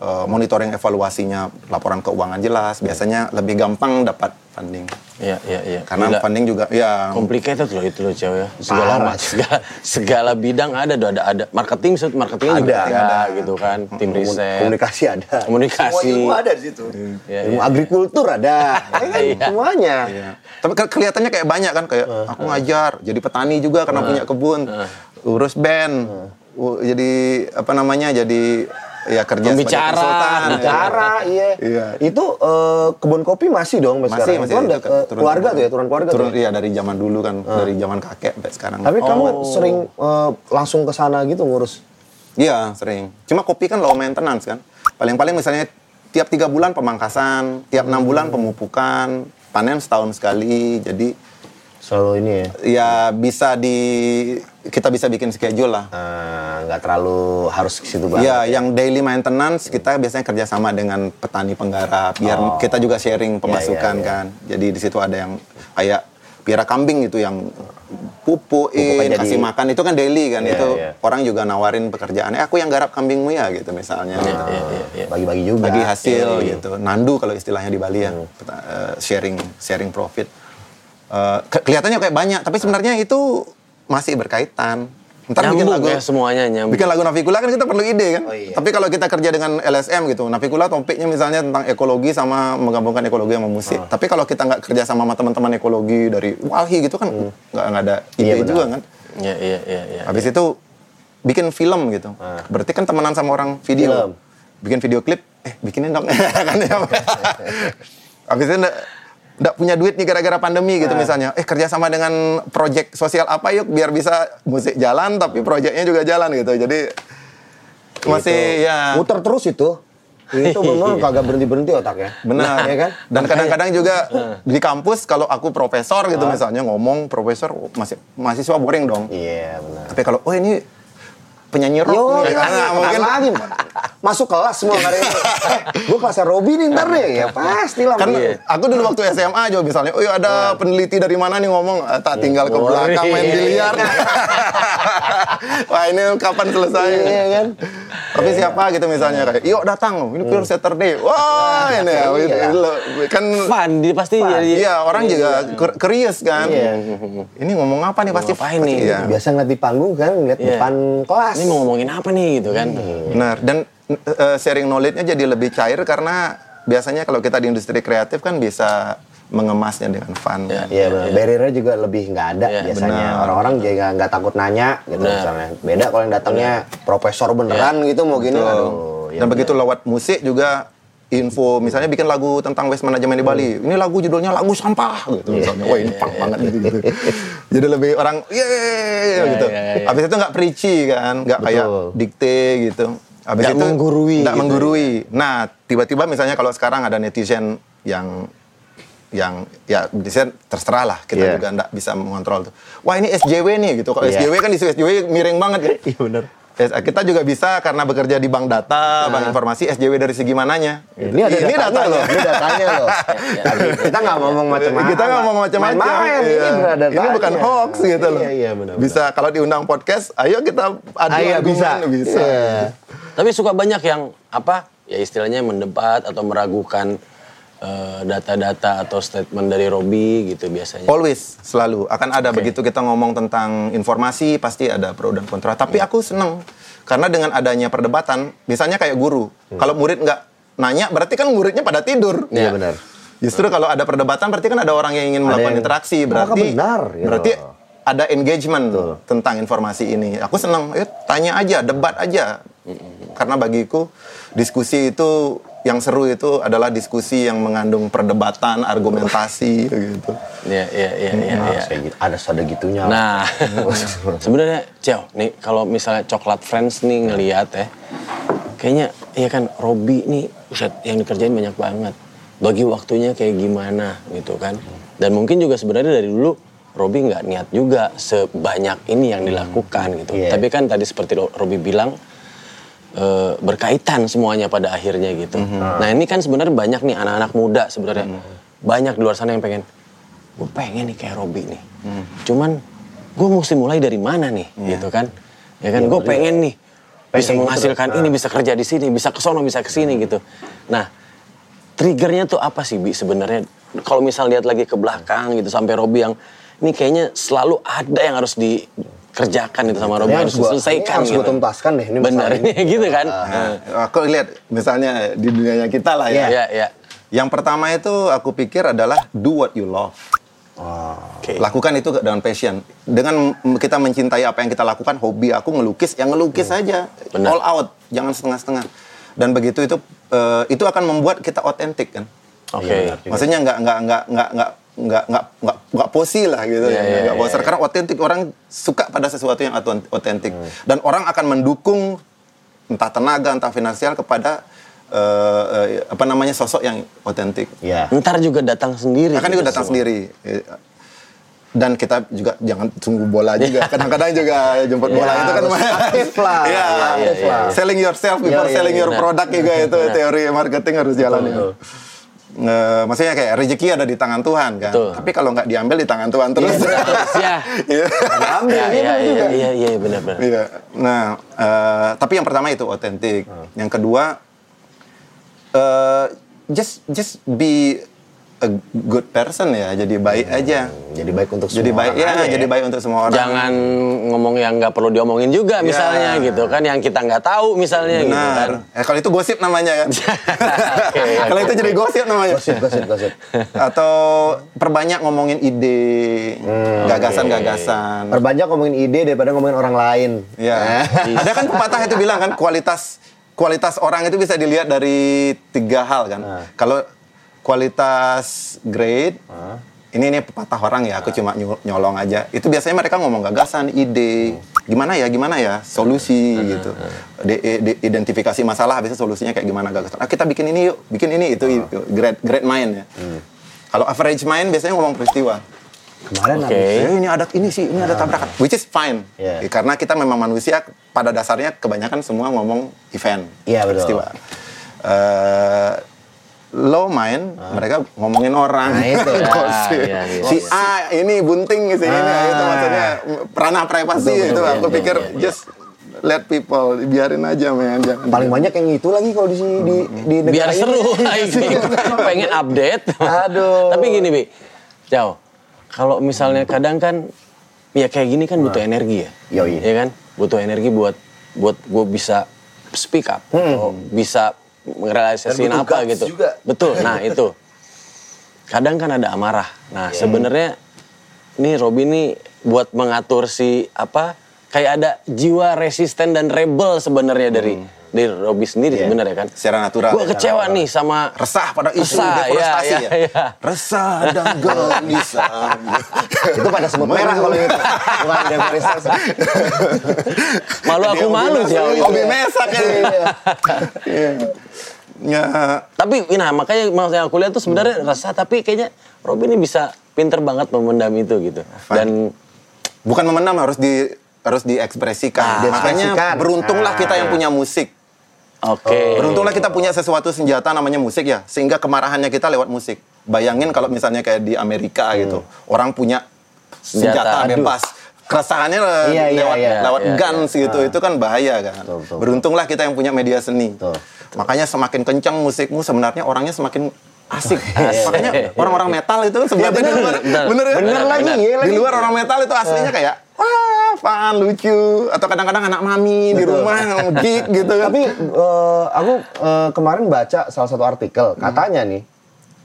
[SPEAKER 4] eh, monitoring evaluasinya, laporan keuangan jelas. Biasanya lebih gampang dapat funding.
[SPEAKER 3] Iya, iya, iya.
[SPEAKER 4] Karena
[SPEAKER 3] Gila.
[SPEAKER 4] funding juga ya
[SPEAKER 3] complicated loh itu loh cewek ya. Segala, segala segala bidang ada tuh, ada ada marketing shoot marketing juga
[SPEAKER 5] Ada,
[SPEAKER 3] ada, gitu kan tim
[SPEAKER 5] Komun-
[SPEAKER 3] riset
[SPEAKER 5] Komunikasi ada.
[SPEAKER 3] Komunikasi.
[SPEAKER 5] Semua ilmu ada di situ.
[SPEAKER 3] Iya,
[SPEAKER 5] ilmu
[SPEAKER 3] iya.
[SPEAKER 5] agrikultur
[SPEAKER 4] [LAUGHS]
[SPEAKER 5] ada. Ya kan?
[SPEAKER 3] Iya.
[SPEAKER 5] Semuanya.
[SPEAKER 4] Iya. Tapi ke- kelihatannya kayak banyak kan kayak aku ngajar, jadi petani juga karena punya kebun, urus band, u- jadi apa namanya jadi ya kerja sebagai
[SPEAKER 3] Pembicara,
[SPEAKER 4] konsultan, ya.
[SPEAKER 5] Cara, iya.
[SPEAKER 4] Iya.
[SPEAKER 5] Itu eh, kebun kopi masih dong mas
[SPEAKER 4] Masih
[SPEAKER 5] sekarang.
[SPEAKER 4] masih
[SPEAKER 5] Itu kan udah,
[SPEAKER 4] dekat,
[SPEAKER 5] eh, keluarga tuh ya, turun keluarga
[SPEAKER 4] turun,
[SPEAKER 5] tuh. ya?
[SPEAKER 4] Iya dari zaman dulu kan, dari zaman kakek sampai sekarang. Oh.
[SPEAKER 5] Tapi kamu sering eh, langsung ke sana gitu ngurus.
[SPEAKER 4] Iya sering. Cuma kopi kan low maintenance kan. Paling-paling misalnya tiap tiga bulan pemangkasan, tiap enam
[SPEAKER 5] Hmm.
[SPEAKER 4] bulan pemupukan, panen setahun sekali. Jadi
[SPEAKER 5] Selalu ini ya.
[SPEAKER 4] ya bisa di kita bisa bikin schedule lah.
[SPEAKER 5] eh, nggak terlalu harus ke situ banget.
[SPEAKER 4] Iya, yang daily maintenance kita biasanya kerjasama dengan petani penggarap biar kita juga sharing pemasukan
[SPEAKER 5] iya, iya.
[SPEAKER 4] kan. Jadi di situ ada yang kayak piara kambing gitu yang pupuin,
[SPEAKER 5] Pupuknya
[SPEAKER 4] kasih
[SPEAKER 5] di-
[SPEAKER 4] makan itu kan daily kan
[SPEAKER 5] Iya,
[SPEAKER 4] itu
[SPEAKER 5] iya.
[SPEAKER 4] orang juga nawarin pekerjaan. Eh aku yang garap kambingmu ya gitu misalnya. gitu.
[SPEAKER 3] Iya, iya, iya.
[SPEAKER 5] Oh. Bagi-bagi juga. Iya,
[SPEAKER 4] Bagi hasil
[SPEAKER 1] Iya,
[SPEAKER 4] gitu. Nandu kalau istilahnya di Bali ya Peta- eh, sharing sharing profit. Eh, ke- kelihatannya kayak banyak tapi sebenarnya itu masih berkaitan. Ntar bikin
[SPEAKER 3] Nyambung
[SPEAKER 4] lagu
[SPEAKER 3] ya semuanya, nyambung.
[SPEAKER 4] Bikin lagu Navikula kan kita perlu ide kan.
[SPEAKER 5] Oh, iya.
[SPEAKER 4] Tapi kalau kita kerja dengan LSM gitu, Navikula topiknya misalnya tentang ekologi sama menggabungkan ekologi sama musik.
[SPEAKER 5] Ah.
[SPEAKER 4] Tapi kalau kita nggak kerja sama sama teman-teman ekologi dari Walhi gitu kan nggak nggak ada ide
[SPEAKER 5] Hmm. Iya, benar.
[SPEAKER 4] juga kan.
[SPEAKER 3] Iya, iya, iya, iya.
[SPEAKER 4] Habis itu bikin film gitu. Berarti kan temenan sama orang video.
[SPEAKER 5] Ah. Film.
[SPEAKER 4] Bikin video klip, eh bikinin dong. [LAUGHS] kan ya. Habis itu nggak- nggak punya duit nih gara-gara pandemi
[SPEAKER 5] Ah.
[SPEAKER 4] gitu misalnya. Eh kerja sama dengan project sosial apa yuk biar bisa musik jalan tapi proyeknya juga jalan gitu. Jadi
[SPEAKER 5] Gitu.
[SPEAKER 4] masih ya
[SPEAKER 5] Muter terus itu. Itu memang kagak berhenti-berhenti otaknya.
[SPEAKER 4] Benar.
[SPEAKER 5] ya kan? Ah.
[SPEAKER 4] Dan kadang-kadang juga di kampus kalau aku profesor gitu misalnya ngomong profesor oh, masih mahasiswa boring dong.
[SPEAKER 5] Iya, benar.
[SPEAKER 4] Tapi kalau oh ini penyanyi rock
[SPEAKER 5] Yo,
[SPEAKER 4] nih.
[SPEAKER 5] iya,
[SPEAKER 4] Ah,
[SPEAKER 5] mungkin
[SPEAKER 4] mungkin
[SPEAKER 5] lagi masuk kelas semua hari ini. Eh, gue kelasnya Robby nih ntar deh, ya pasti lah.
[SPEAKER 4] kan
[SPEAKER 5] Iya.
[SPEAKER 4] aku dulu waktu SMA aja misalnya, oh iya Iya, ada peneliti dari mana nih ngomong "Ah, tak tinggal ke belakang
[SPEAKER 5] Boring.
[SPEAKER 4] main biliar. [LAUGHS] Wah ini kapan selesai?
[SPEAKER 5] Iya, kan?
[SPEAKER 4] Tapi siapa gitu misalnya kayak, yuk datang, ini pure Saturday. Wah ini ya, kan
[SPEAKER 3] Fun, dia pasti jadi
[SPEAKER 4] Iya, orang juga cur- curious kan. Ini ngomong apa nih pasti
[SPEAKER 3] Ngapain nih?
[SPEAKER 4] pasti- iya.
[SPEAKER 5] biasa ngeliat di panggung kan, ngeliat
[SPEAKER 3] Iya.
[SPEAKER 5] depan kelas.
[SPEAKER 3] Ini mau ngomongin apa nih gitu kan?
[SPEAKER 4] Benar. Dan eh, sharing knowledge-nya jadi lebih cair karena biasanya kalau kita di industri kreatif kan bisa mengemasnya dengan fun.
[SPEAKER 1] Ya.
[SPEAKER 4] kan.
[SPEAKER 3] Iya.
[SPEAKER 5] Iya, benar. Barriernya juga lebih nggak ada
[SPEAKER 3] Iya,
[SPEAKER 5] biasanya.
[SPEAKER 4] benar.
[SPEAKER 5] Orang-orang juga nggak- nggak takut nanya gitu
[SPEAKER 3] Benar.
[SPEAKER 5] misalnya. Beda kalau yang datangnya profesor beneran gitu mau gini.
[SPEAKER 4] Betul. Iya,
[SPEAKER 5] Aduh, ya
[SPEAKER 4] Dan begitu lewat musik juga info misalnya bikin lagu tentang waste management di Bali.
[SPEAKER 5] Hmm.
[SPEAKER 4] Ini lagu judulnya lagu sampah gitu
[SPEAKER 5] Iya.
[SPEAKER 4] misalnya. Wah, ini punk banget gitu.
[SPEAKER 5] [LAUGHS]
[SPEAKER 4] Jadi lebih orang ye gitu.
[SPEAKER 3] iya, iya.
[SPEAKER 4] Habis itu nggak preachy kan, nggak kayak dikte gitu. Habis
[SPEAKER 5] Nggak menggurui
[SPEAKER 4] nggak
[SPEAKER 5] gitu.
[SPEAKER 4] menggurui. Nah, tiba-tiba misalnya kalau sekarang ada netizen yang yang ya netizen terserah lah kita
[SPEAKER 5] Iya.
[SPEAKER 4] juga nggak bisa mengontrol tuh. Wah ini SJW nih gitu. Kalau
[SPEAKER 5] Iya.
[SPEAKER 4] SJW kan di SJW miring banget kan.
[SPEAKER 5] Iya, benar.
[SPEAKER 4] Yes, kita juga bisa karena bekerja di bank data, bank informasi, SJW dari segi mananya.
[SPEAKER 5] Nah. Ini ada
[SPEAKER 4] ini
[SPEAKER 5] datanya
[SPEAKER 4] datanya.
[SPEAKER 5] loh, ini
[SPEAKER 4] [LAUGHS]
[SPEAKER 5] datanya loh. Tapi kita nggak ngomong macam-macam.
[SPEAKER 4] Kita nggak mau macam-macam.
[SPEAKER 5] Main-main,
[SPEAKER 4] Iya.
[SPEAKER 5] ini berada
[SPEAKER 4] Ini bukan hoax gitu loh.
[SPEAKER 5] Iya, iya benar.
[SPEAKER 4] Bisa kalau diundang podcast, ayo kita adu
[SPEAKER 5] Ayo,
[SPEAKER 4] argumen,
[SPEAKER 5] bisa.
[SPEAKER 4] bisa.
[SPEAKER 5] Iya.
[SPEAKER 3] Tapi suka banyak yang apa? Ya istilahnya mendebat atau meragukan eh, data-data atau statement dari Robi gitu biasanya.
[SPEAKER 5] Iya.
[SPEAKER 4] Always selalu akan ada begitu kita ngomong tentang informasi pasti ada pro dan kontra. Tapi
[SPEAKER 5] Iya.
[SPEAKER 4] aku seneng karena dengan adanya perdebatan, misalnya kayak guru, kalau murid nggak nanya berarti kan muridnya pada
[SPEAKER 5] Hmm.
[SPEAKER 4] tidur. Ya.
[SPEAKER 5] Iya, benar.
[SPEAKER 4] Justru kalau ada perdebatan berarti kan ada orang yang ingin melakukan
[SPEAKER 5] yang,
[SPEAKER 4] interaksi
[SPEAKER 5] "Oh,
[SPEAKER 4] berarti
[SPEAKER 5] benar," gitu.
[SPEAKER 4] berarti ada engagement tentang informasi ini. Aku senang, ya tanya aja, debat aja. Karena bagiku diskusi itu yang seru itu adalah diskusi yang mengandung perdebatan, argumentasi [LAUGHS] gitu.
[SPEAKER 3] Iya, iya, iya, iya, iya.
[SPEAKER 5] Kayak gitu. Ada ada gitunya.
[SPEAKER 1] Iya.
[SPEAKER 3] Nah, sebenarnya Ceo, nih kalau misalnya Coklat Friends nih ngelihat ya, kayaknya ya kan Robi nih, buset, yang dikerjain banyak banget. Bagi waktunya kayak gimana gitu kan? Dan mungkin juga sebenarnya dari dulu Robi nggak niat juga sebanyak ini yang dilakukan gitu.
[SPEAKER 5] Iya.
[SPEAKER 3] Tapi kan tadi seperti Ro- Robi bilang eh, berkaitan semuanya pada akhirnya gitu. Nah ini kan sebenarnya banyak nih anak-anak muda sebenarnya banyak di luar sana yang pengen gue pengen nih kayak Robi nih.
[SPEAKER 5] Hmm.
[SPEAKER 3] Cuman gue mesti mulai dari mana nih
[SPEAKER 5] Iya.
[SPEAKER 3] gitu kan? Ya kan gue pengen nih bisa menghasilkan ini bisa kerja di sini bisa ke sono bisa ke sini gitu. Nah triggernya tuh apa sih bi sebenarnya? Kalau misal lihat lagi ke belakang gitu sampai Robi yang ini kayaknya selalu ada yang harus dikerjakan gitu sama Robi
[SPEAKER 5] Ini harus
[SPEAKER 3] harus
[SPEAKER 5] gua-
[SPEAKER 3] diselesaikan gitu."
[SPEAKER 5] ini harus gua tuntaskan deh, ini
[SPEAKER 3] Bener,
[SPEAKER 5] masalah ini.
[SPEAKER 3] [LAUGHS]
[SPEAKER 5] Ah.
[SPEAKER 3] gitu kan.
[SPEAKER 4] Aku Eh, lihat misalnya di dunianya kita lah ya.
[SPEAKER 3] Iya, iya.
[SPEAKER 4] Yang pertama itu aku pikir adalah do what you love.
[SPEAKER 3] Oke.
[SPEAKER 4] Lakukan itu dengan passion. Dengan m- kita mencintai apa yang kita lakukan, hobi aku ngelukis, yang ngelukis aja.
[SPEAKER 3] Hmm. Benar.
[SPEAKER 4] All out, jangan setengah-setengah. Dan begitu itu eh, itu akan membuat kita otentik kan.
[SPEAKER 3] Oke.
[SPEAKER 4] Maksudnya nggak nggak nggak nggak nggak nggak nggak nggak nggak posi lah
[SPEAKER 3] Iya,
[SPEAKER 4] gitu ya,
[SPEAKER 3] iya,
[SPEAKER 4] nggak
[SPEAKER 3] iya,
[SPEAKER 4] poser.
[SPEAKER 3] iya.
[SPEAKER 4] karena otentik orang suka pada sesuatu yang oten- otentik
[SPEAKER 3] Hmm.
[SPEAKER 4] dan orang akan mendukung entah tenaga entah finansial kepada eh, eh, apa namanya sosok yang otentik
[SPEAKER 5] Iya.
[SPEAKER 3] Ntar juga datang sendiri. gitu
[SPEAKER 4] Nah, kan juga datang
[SPEAKER 3] [LAUGHS]
[SPEAKER 4] sendiri. Iya. Dan kita juga jangan tunggu bola
[SPEAKER 3] Iya.
[SPEAKER 4] juga. Kadang-kadang juga jemput bola
[SPEAKER 5] Ya,
[SPEAKER 4] itu kan
[SPEAKER 5] harus aktif lah,
[SPEAKER 4] Iya,
[SPEAKER 5] aktif lah.
[SPEAKER 4] Selling yourself before
[SPEAKER 5] Ya, ya,
[SPEAKER 4] selling your
[SPEAKER 3] Iya, benar.
[SPEAKER 4] product juga itu
[SPEAKER 3] Benar.
[SPEAKER 4] teori marketing harus jalan ya. eh, maksudnya kayak rezeki ada di tangan Tuhan kan.
[SPEAKER 3] Betul.
[SPEAKER 4] Tapi kalau nggak diambil di tangan Tuhan terus.
[SPEAKER 3] terus, ya.
[SPEAKER 4] [LAUGHS] Iya.
[SPEAKER 3] Iya, iya, iya, iya, iya, benar-benar.
[SPEAKER 4] Iya. Nah, eh, tapi yang pertama itu otentik. Yang kedua, eh, just just be a good person ya. Jadi baik aja.
[SPEAKER 1] Jadi baik untuk
[SPEAKER 4] Jadi
[SPEAKER 1] semua
[SPEAKER 4] baik ya,
[SPEAKER 1] orang aja
[SPEAKER 4] jadi baik untuk semua orang.
[SPEAKER 3] Jangan ngomong yang nggak perlu diomongin
[SPEAKER 1] Ya.
[SPEAKER 3] juga misalnya gitu kan yang kita nggak tahu misalnya gitu
[SPEAKER 4] Benar.
[SPEAKER 3] kan.
[SPEAKER 4] Eh, kalau itu gosip namanya kan.
[SPEAKER 3] Oke,
[SPEAKER 4] kalau
[SPEAKER 3] oke.
[SPEAKER 4] itu jadi gosip namanya.
[SPEAKER 1] Gosip, gosip, gosip.
[SPEAKER 4] Atau perbanyak ngomongin ide, gagasan-gagasan.
[SPEAKER 1] Perbanyak ngomongin ide daripada ngomongin orang lain.
[SPEAKER 4] Ya. [LAUGHS] Ada kan pepatah itu bilang kan kualitas kualitas orang itu bisa dilihat dari tiga hal kan. Kalau kualitas grade ini ini pepatah orang ya, aku cuma nyu- nyolong aja. Itu biasanya mereka ngomong gagasan, ide, gimana ya, gimana ya, solusi gitu. De- de- identifikasi masalah biasanya solusinya kayak gimana gagasan. Ah, kita bikin ini yuk, bikin ini itu i- grade grade mind ya. Kalau average mind biasanya ngomong peristiwa.
[SPEAKER 1] Kemarin
[SPEAKER 3] Oke.
[SPEAKER 1] habis-
[SPEAKER 4] Eh, ini ada ini sih, ini ada
[SPEAKER 1] Ah.
[SPEAKER 4] tabrakan. Which is fine.
[SPEAKER 1] Yeah.
[SPEAKER 4] Eh, Karena kita memang manusia pada dasarnya kebanyakan semua ngomong event.
[SPEAKER 1] Iya, betul.
[SPEAKER 4] Peristiwa. Eh, low mind, mereka ngomongin orang.
[SPEAKER 1] Ah. Nah,
[SPEAKER 4] [LAUGHS]
[SPEAKER 1] itu.
[SPEAKER 4] Gosip.
[SPEAKER 3] Iya, iya,
[SPEAKER 4] Si A ini bunting sih ini
[SPEAKER 1] Ah.
[SPEAKER 4] itu maksudnya ranah privasi
[SPEAKER 1] Betul,
[SPEAKER 4] itu.
[SPEAKER 1] betul,
[SPEAKER 4] Aku
[SPEAKER 1] betul,
[SPEAKER 4] pikir just let people biarin aja men jangan
[SPEAKER 1] Paling banyak yang itu lagi kalau di sini- di
[SPEAKER 4] Hmm.
[SPEAKER 1] di
[SPEAKER 3] biar
[SPEAKER 1] negara ini. [LAUGHS] Iya
[SPEAKER 3] seru lagi pengen update
[SPEAKER 1] Aduh.
[SPEAKER 3] tapi gini bi jauh kalau misalnya kadang kan ya kayak gini kan butuh energi ya
[SPEAKER 1] Nah. Yoi.
[SPEAKER 3] ya kan butuh energi buat buat gue bisa speak up
[SPEAKER 1] Hmm.
[SPEAKER 3] atau bisa merealisasiin
[SPEAKER 5] Dan butuh
[SPEAKER 3] apa
[SPEAKER 5] guts
[SPEAKER 3] gitu
[SPEAKER 5] juga.
[SPEAKER 3] betul nah itu kadang kan ada amarah
[SPEAKER 1] Iya.
[SPEAKER 3] nah sebenarnya nih Robby nih buat mengatur si apa kayak ada jiwa resisten dan rebel sebenarnya dari dari Robby sendiri sebenarnya kan
[SPEAKER 4] Hmm. Iya. Secara natural.
[SPEAKER 3] Gue kecewa nih sama
[SPEAKER 4] resah pada isu
[SPEAKER 3] Resah,
[SPEAKER 4] deforestasi
[SPEAKER 3] iya,
[SPEAKER 4] ya,
[SPEAKER 3] iya, iya.
[SPEAKER 4] Resah dan gelisah.
[SPEAKER 1] [LAUGHS] Itu pada sebut merah kalau itu. Bukan deforestasi.
[SPEAKER 4] [LAUGHS]
[SPEAKER 3] malu aku malu gitu. sih.
[SPEAKER 4] Hobi mesak ya. Iya. Ya,
[SPEAKER 3] Tapi nah makanya maksudnya aku lihat tuh
[SPEAKER 4] Hmm.
[SPEAKER 3] sebenarnya resah tapi kayaknya Robby ini bisa pinter banget memendam itu gitu. Dan
[SPEAKER 4] bukan memendam harus di harus diekspresikan.
[SPEAKER 3] Ah,
[SPEAKER 4] Makanya
[SPEAKER 1] diekspresikan.
[SPEAKER 4] beruntunglah kita yang punya musik.
[SPEAKER 3] oke.
[SPEAKER 4] Beruntunglah kita punya sesuatu senjata namanya musik ya, sehingga kemarahannya kita lewat musik. Bayangin kalau misalnya kayak di Amerika
[SPEAKER 1] Hmm.
[SPEAKER 4] gitu, orang punya
[SPEAKER 3] Senjata,
[SPEAKER 4] senjata,
[SPEAKER 3] aduh.
[SPEAKER 4] bebas. Keresahannya le-
[SPEAKER 1] Iya, iya,
[SPEAKER 4] lewat,
[SPEAKER 1] iya, Ah.
[SPEAKER 4] lewat
[SPEAKER 3] iya,
[SPEAKER 4] guns gitu, itu kan bahaya kan.
[SPEAKER 1] Betul, betul,
[SPEAKER 4] Beruntunglah kita yang punya media seni.
[SPEAKER 1] Betul,
[SPEAKER 4] Makanya semakin kencang musikmu sebenarnya orangnya semakin
[SPEAKER 1] [LAUGHS]
[SPEAKER 4] asik.
[SPEAKER 1] Iya,
[SPEAKER 4] Makanya orang-orang metal itu sebenarnya
[SPEAKER 3] bener,
[SPEAKER 4] di luar,
[SPEAKER 3] bener.
[SPEAKER 4] ya?
[SPEAKER 3] Bener lagi,
[SPEAKER 1] iya
[SPEAKER 4] Di
[SPEAKER 1] lagi.
[SPEAKER 4] luar orang metal itu aslinya kayak wah, fan lucu atau kadang-kadang anak mami di rumah gig gitu kan.
[SPEAKER 1] Tapi eh, aku eh, kemarin baca salah satu artikel,
[SPEAKER 4] Hmm.
[SPEAKER 1] katanya nih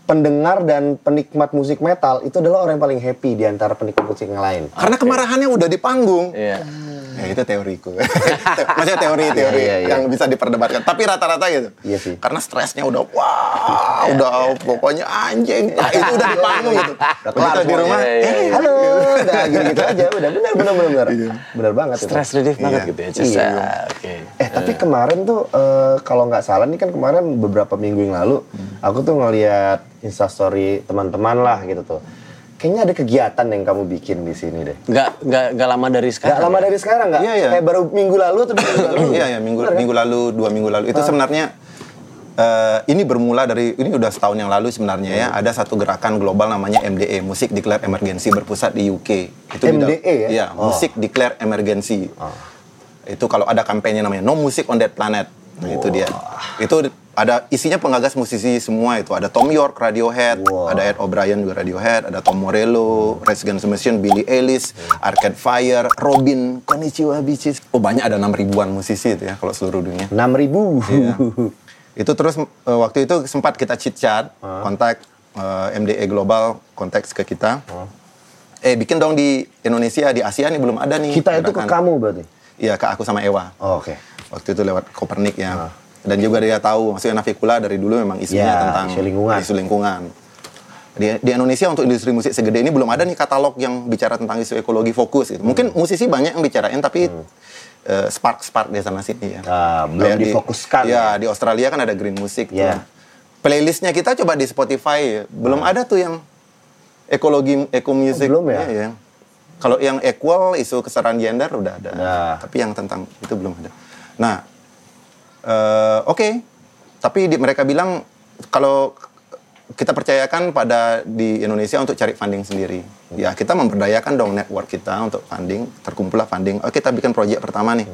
[SPEAKER 1] pendengar dan penikmat musik metal itu adalah orang yang paling happy di antara penikmat musik yang lain.
[SPEAKER 4] Karena kemarahannya udah di panggung.
[SPEAKER 3] Iya.
[SPEAKER 4] Ya itu teoriku. [LAUGHS] Te- Maksudnya teori-teori
[SPEAKER 1] Iya, iya, iya.
[SPEAKER 4] yang bisa diperdebatkan. Tapi rata-rata gitu.
[SPEAKER 1] Iya sih. Iya,
[SPEAKER 4] Karena stresnya udah wah, udah pokoknya anjing. Nah, itu udah di panggung gitu. Begitu di rumah,
[SPEAKER 3] semuanya, iya,
[SPEAKER 4] eh,
[SPEAKER 1] Halo, nah gitu-gitu aja, udah benar benar benar benar. Benar banget itu.
[SPEAKER 3] Stress relief banget
[SPEAKER 4] Iya.
[SPEAKER 3] gitu ya. Cesa.
[SPEAKER 1] Iya.
[SPEAKER 3] Oke.
[SPEAKER 1] Eh tapi kemarin tuh eh, kalau nggak salah nih kan kemarin beberapa minggu yang lalu
[SPEAKER 4] Hmm.
[SPEAKER 1] aku tuh ngeliat instastory teman-teman lah gitu tuh. Kayaknya ada kegiatan yang kamu bikin di sini deh.
[SPEAKER 3] Gak, gak, gak lama dari sekarang. ya?
[SPEAKER 1] Gak lama dari sekarang nggak?
[SPEAKER 4] Iya, iya.
[SPEAKER 1] Kayak baru minggu lalu atau dua minggu lalu?
[SPEAKER 4] Iya ya minggu minggu lalu dua minggu lalu itu sebenarnya eh, ini bermula dari ini udah setahun yang lalu sebenarnya ya
[SPEAKER 1] Hmm.
[SPEAKER 4] ada satu gerakan global namanya MDE Musik Declare Emergency berpusat di UK itu di dal-
[SPEAKER 1] MDE ya?
[SPEAKER 4] Iya,
[SPEAKER 1] Oh. Ah.
[SPEAKER 4] Musik Declare Emergency itu kalau ada kampanye namanya No Music on That Planet nah, itu dia itu di- ada isinya penggagas musisi semua itu ada Tom York Radiohead ada Ed O'Brien juga Radiohead ada Tom Morello Rage Against the Machine Billy Ellis Arcade Fire Robin Konnichiwa Bitches oh banyak ada 6 ribuan musisi itu ya kalau seluruh dunia
[SPEAKER 1] Enam ribu.
[SPEAKER 4] Iya. itu terus eh, waktu itu sempat kita chit chat kontak eh, MDE Global konteks ke kita eh bikin dong di Indonesia di Asia nih belum ada nih
[SPEAKER 1] Kita itu ke
[SPEAKER 4] gerakan.
[SPEAKER 1] kamu berarti.
[SPEAKER 4] Iya ke aku sama Ewa.
[SPEAKER 1] Oh, Oke.
[SPEAKER 4] Waktu itu lewat Kopernik ya. Dan juga dia tahu maksudnya Navikula dari dulu memang isunya
[SPEAKER 1] Ah. Ya,
[SPEAKER 4] tentang
[SPEAKER 1] isu lingkungan.
[SPEAKER 4] isu lingkungan. Di, di Indonesia untuk industri musik segede ini belum ada nih katalog yang bicara tentang isu ekologi fokus gitu. Mungkin
[SPEAKER 1] Hmm.
[SPEAKER 4] musisi banyak yang bicarain tapi eh, spark-spark di sana sini ya.
[SPEAKER 1] Ah, belum
[SPEAKER 4] Kayak di-
[SPEAKER 1] difokuskan
[SPEAKER 4] Iya,
[SPEAKER 1] ya.
[SPEAKER 4] di Australia kan ada green music tuh.
[SPEAKER 1] Ya. Ah.
[SPEAKER 4] Playlistnya kita coba di Spotify, ya. belum ada tuh yang ekologi eco music.
[SPEAKER 1] belum ya?
[SPEAKER 4] Iya, iya. Kalau yang equal isu kesetaraan gender udah ada,
[SPEAKER 1] Nah.
[SPEAKER 4] tapi yang tentang itu belum ada. Nah, eh, oke, tapi di- mereka bilang kalau kita percayakan pada di Indonesia untuk cari funding sendiri. Ya, kita memberdayakan dong network kita untuk funding, terkumpullah funding. Oke, kita bikin proyek pertama nih.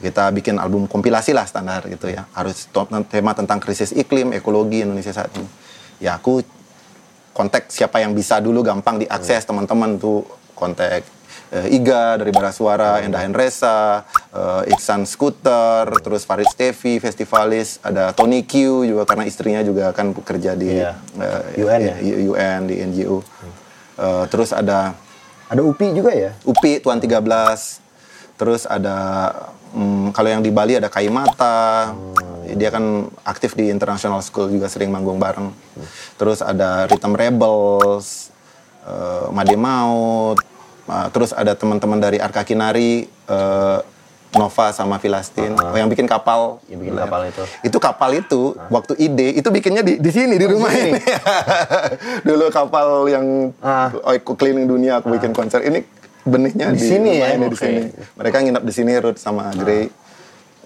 [SPEAKER 4] Kita bikin album kompilasi lah standar gitu ya. Harus to- tema tentang krisis iklim, ekologi Indonesia saat ini. Ya, aku kontak siapa yang bisa dulu gampang diakses teman-teman tuh kontak eh, Iga dari Barasuara, Endah Henresa, eh, Iksan Scooter, terus Farid Stevi, Festivalis, ada Tony Q juga karena istrinya juga kan bekerja di
[SPEAKER 5] Iya.
[SPEAKER 4] eh,
[SPEAKER 5] UN ya?
[SPEAKER 4] i- UN di NGO. Eh, terus ada
[SPEAKER 5] Ada UPI juga ya?
[SPEAKER 4] UPI Tuan 13. Terus ada mm, kalau yang di Bali ada Kaimata.
[SPEAKER 5] Oh.
[SPEAKER 4] Dia kan aktif di International School juga sering manggung bareng. Terus ada Rhythm Rebels, eh, Made Maut. eh, terus ada teman-teman dari Arka Kinari, eh, Nova sama Filastin, Oh, yang bikin kapal.
[SPEAKER 5] Ah. Yang bikin kapal itu.
[SPEAKER 4] Itu kapal itu waktu ide itu bikinnya di, di sini di rumah ini. [LAUGHS] Dulu kapal yang
[SPEAKER 5] Ah.
[SPEAKER 4] oh, aku keliling dunia aku bikin konser ini benihnya
[SPEAKER 5] Di
[SPEAKER 4] di,
[SPEAKER 5] sini ya?
[SPEAKER 4] lumayan di
[SPEAKER 5] Oke. Ah.
[SPEAKER 4] sini. Mereka nginap di sini Ruth sama Grey.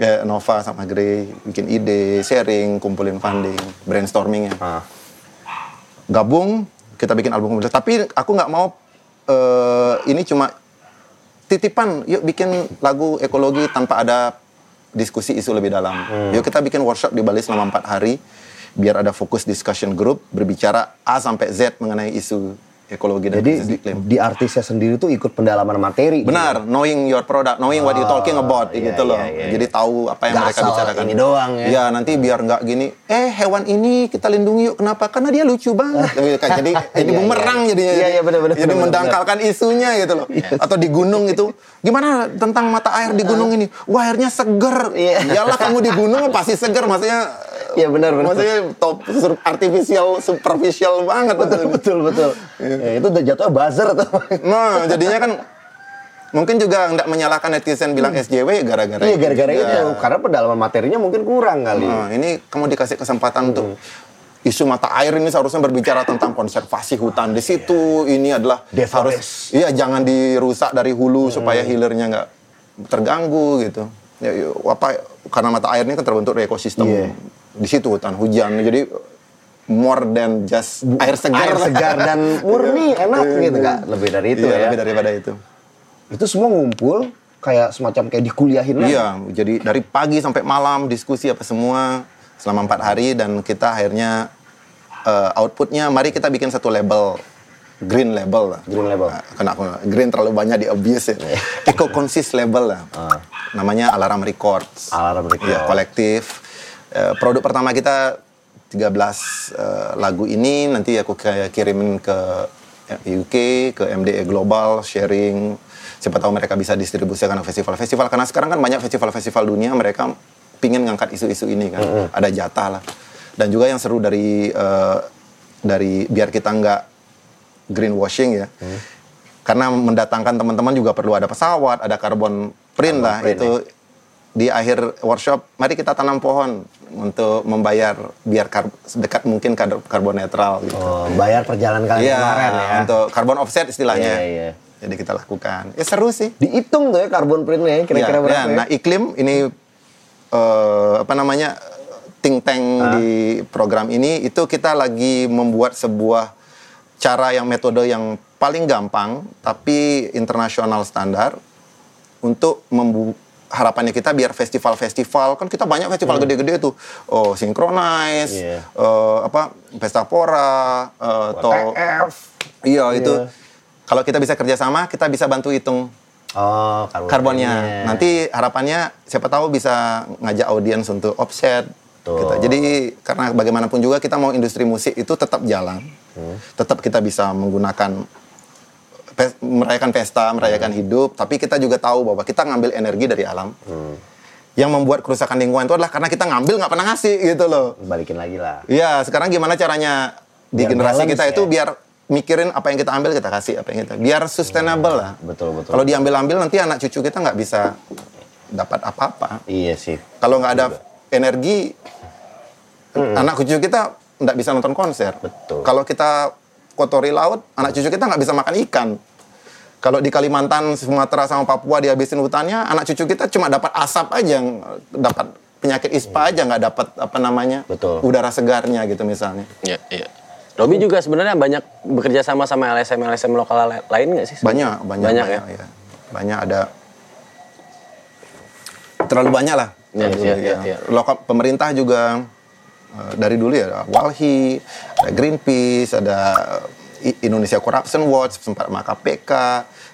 [SPEAKER 4] Eh, Nova sama Grey bikin ide, sharing, kumpulin funding, brainstorming ya. Gabung kita bikin album kompilasi. Tapi aku nggak mau eh, ini cuma titipan yuk bikin lagu ekologi tanpa ada diskusi isu lebih dalam. Yuk kita bikin workshop di Bali selama empat hari biar ada fokus discussion group berbicara A sampai Z mengenai isu ekologi dan
[SPEAKER 5] Jadi
[SPEAKER 4] krisis
[SPEAKER 5] di,
[SPEAKER 4] iklim.
[SPEAKER 5] di artisnya sendiri tuh ikut pendalaman materi.
[SPEAKER 4] Benar, knowing your product, knowing what you talking about
[SPEAKER 5] iya,
[SPEAKER 4] gitu loh.
[SPEAKER 5] iya, iya.
[SPEAKER 4] Jadi tahu apa yang
[SPEAKER 5] Nggak
[SPEAKER 4] mereka
[SPEAKER 5] asal
[SPEAKER 4] bicarakan.
[SPEAKER 5] ini doang ya.
[SPEAKER 4] Iya, nanti biar nggak gini, eh hewan ini kita lindungi yuk. Kenapa? Karena dia lucu
[SPEAKER 5] [LAUGHS]
[SPEAKER 4] banget. Gitu kan. Jadi
[SPEAKER 5] Iya,
[SPEAKER 4] jadi
[SPEAKER 5] iya.
[SPEAKER 4] bumerang jadinya.
[SPEAKER 5] Iya, iya, benar, benar,
[SPEAKER 4] Jadi
[SPEAKER 5] benar, Iya.
[SPEAKER 4] mendangkalkan isunya gitu loh. Atau di gunung itu, gimana tentang mata air di gunung ini? Wah, airnya seger.
[SPEAKER 5] Iya.
[SPEAKER 4] Iyalah kamu di gunung pasti seger maksudnya.
[SPEAKER 5] Iya, benar, benar.
[SPEAKER 4] Maksudnya top sur- artificial superficial banget
[SPEAKER 5] Betul [LAUGHS] betul betul.
[SPEAKER 4] Iya.
[SPEAKER 5] Ya, itu udah jatuhnya buzzer
[SPEAKER 4] [LAUGHS]
[SPEAKER 5] tuh.
[SPEAKER 4] Nah, jadinya kan mungkin juga nggak menyalahkan netizen bilang SJW gara-gara
[SPEAKER 5] Hmm. Iya gara-gara
[SPEAKER 4] juga.
[SPEAKER 5] itu karena pendalaman materinya mungkin kurang kali.
[SPEAKER 4] Nah, ini kamu dikasih kesempatan untuk
[SPEAKER 5] Hmm.
[SPEAKER 4] isu mata air ini seharusnya berbicara tentang konservasi hutan di situ. Ini adalah
[SPEAKER 5] Deforest.
[SPEAKER 4] iya jangan dirusak dari
[SPEAKER 5] Hmm.
[SPEAKER 4] hulu supaya hilirnya nggak terganggu gitu. Ya, ya, apa karena mata air ini kan terbentuk dari ekosistem
[SPEAKER 5] Iya.
[SPEAKER 4] di situ hutan hujan. Jadi more than just air segar,
[SPEAKER 5] Air
[SPEAKER 4] [LAUGHS]
[SPEAKER 5] segar dan murni enak gitu nggak lebih dari itu
[SPEAKER 4] Iya,
[SPEAKER 5] ya.
[SPEAKER 4] lebih daripada itu.
[SPEAKER 5] Itu semua ngumpul kayak semacam kayak dikuliahin lah.
[SPEAKER 4] Iya, jadi dari pagi sampai malam diskusi apa semua selama empat hari dan kita akhirnya eh, outputnya mari kita bikin satu label green label lah.
[SPEAKER 5] Green label.
[SPEAKER 4] Nah, Kena aku- green terlalu banyak di
[SPEAKER 5] [LAUGHS]
[SPEAKER 4] abuse ya. Eco consist label lah.
[SPEAKER 5] Ah.
[SPEAKER 4] Namanya Alarm Records.
[SPEAKER 5] Alarm Records.
[SPEAKER 4] Iya, kolektif. Eh, produk pertama kita 13 eh, lagu ini nanti aku kayak kirimin ke UK, ke MDE Global, sharing. Siapa tahu mereka bisa distribusikan ke festival-festival. Karena sekarang kan banyak festival-festival dunia mereka pingin ngangkat isu-isu ini kan. Ada jatah lah. Dan juga yang seru dari eh, dari biar kita nggak greenwashing ya.
[SPEAKER 5] Hmm.
[SPEAKER 4] Karena mendatangkan teman-teman juga perlu ada pesawat, ada carbon print lah itu
[SPEAKER 5] ya.
[SPEAKER 4] di akhir workshop mari kita tanam pohon untuk membayar biar kar- sedekat mungkin kar- karbon netral gitu.
[SPEAKER 5] Oh, bayar perjalanan kalian
[SPEAKER 4] Iya,
[SPEAKER 5] kemarin ya.
[SPEAKER 4] untuk carbon offset istilahnya.
[SPEAKER 5] Iya, iya.
[SPEAKER 4] Jadi kita lakukan. Ya seru sih.
[SPEAKER 5] Dihitung tuh ya karbon printnya ya, kira-kira
[SPEAKER 4] Iya,
[SPEAKER 5] berapa
[SPEAKER 4] iya.
[SPEAKER 5] ya.
[SPEAKER 4] Nah, iklim ini eh, apa namanya think tank
[SPEAKER 5] Ah.
[SPEAKER 4] di program ini itu kita lagi membuat sebuah cara yang metode yang paling gampang tapi internasional standar untuk membu harapannya kita biar festival-festival kan kita banyak festival gede-gede tuh oh synchronize
[SPEAKER 5] Hmm. Iya.
[SPEAKER 4] eh, apa pesta pora eh, atau
[SPEAKER 5] TF.
[SPEAKER 4] iya itu kalau kita bisa kerjasama kita bisa bantu hitung
[SPEAKER 5] Oh, karbon
[SPEAKER 4] karbonnya.
[SPEAKER 1] Iya.
[SPEAKER 5] printnya.
[SPEAKER 4] Nanti harapannya siapa tahu bisa ngajak audiens untuk offset.
[SPEAKER 5] Tuh.
[SPEAKER 4] Kita. Jadi karena bagaimanapun juga kita mau industri musik itu tetap jalan, tetap kita bisa menggunakan pes- merayakan pesta, merayakan hidup. Tapi kita juga tahu bahwa kita ngambil energi dari alam. Yang membuat kerusakan lingkungan itu adalah karena kita ngambil nggak pernah ngasih gitu loh.
[SPEAKER 5] balikin lagi lah.
[SPEAKER 4] Iya, sekarang gimana caranya di
[SPEAKER 5] Biar
[SPEAKER 4] generasi
[SPEAKER 5] balance
[SPEAKER 4] kita
[SPEAKER 5] ya.
[SPEAKER 4] itu biar mikirin apa yang kita ambil kita kasih apa yang kita biar sustainable lah.
[SPEAKER 5] betul, betul.
[SPEAKER 4] Kalau diambil-ambil nanti anak cucu kita nggak bisa dapat apa-apa.
[SPEAKER 5] Iya sih.
[SPEAKER 4] Kalau nggak
[SPEAKER 5] Iya.
[SPEAKER 4] ada energi, anak cucu kita nggak bisa nonton konser.
[SPEAKER 5] Betul.
[SPEAKER 4] Kalau kita kotori laut, anak cucu kita nggak bisa makan ikan. Kalau di Kalimantan, Sumatera sama Papua dihabisin hutannya, anak cucu kita cuma dapat asap aja, yang dapat penyakit ISPA aja nggak dapat apa namanya
[SPEAKER 5] Iya. Betul.
[SPEAKER 4] udara segarnya gitu misalnya.
[SPEAKER 3] Iya, iya. Robi juga sebenarnya banyak bekerja sama sama LSM LSM lokal la- lain nggak sih?
[SPEAKER 4] banyak banyak
[SPEAKER 3] banyak, ya.
[SPEAKER 4] ya. banyak ada terlalu banyak lah
[SPEAKER 3] Iya,
[SPEAKER 4] Terlalu
[SPEAKER 3] iya,
[SPEAKER 4] banyak,
[SPEAKER 3] iya, iya.
[SPEAKER 4] lokal pemerintah juga eh, dari dulu ya ada Walhi ada Greenpeace ada eh, I- Indonesia Corruption Watch sempat sama KPK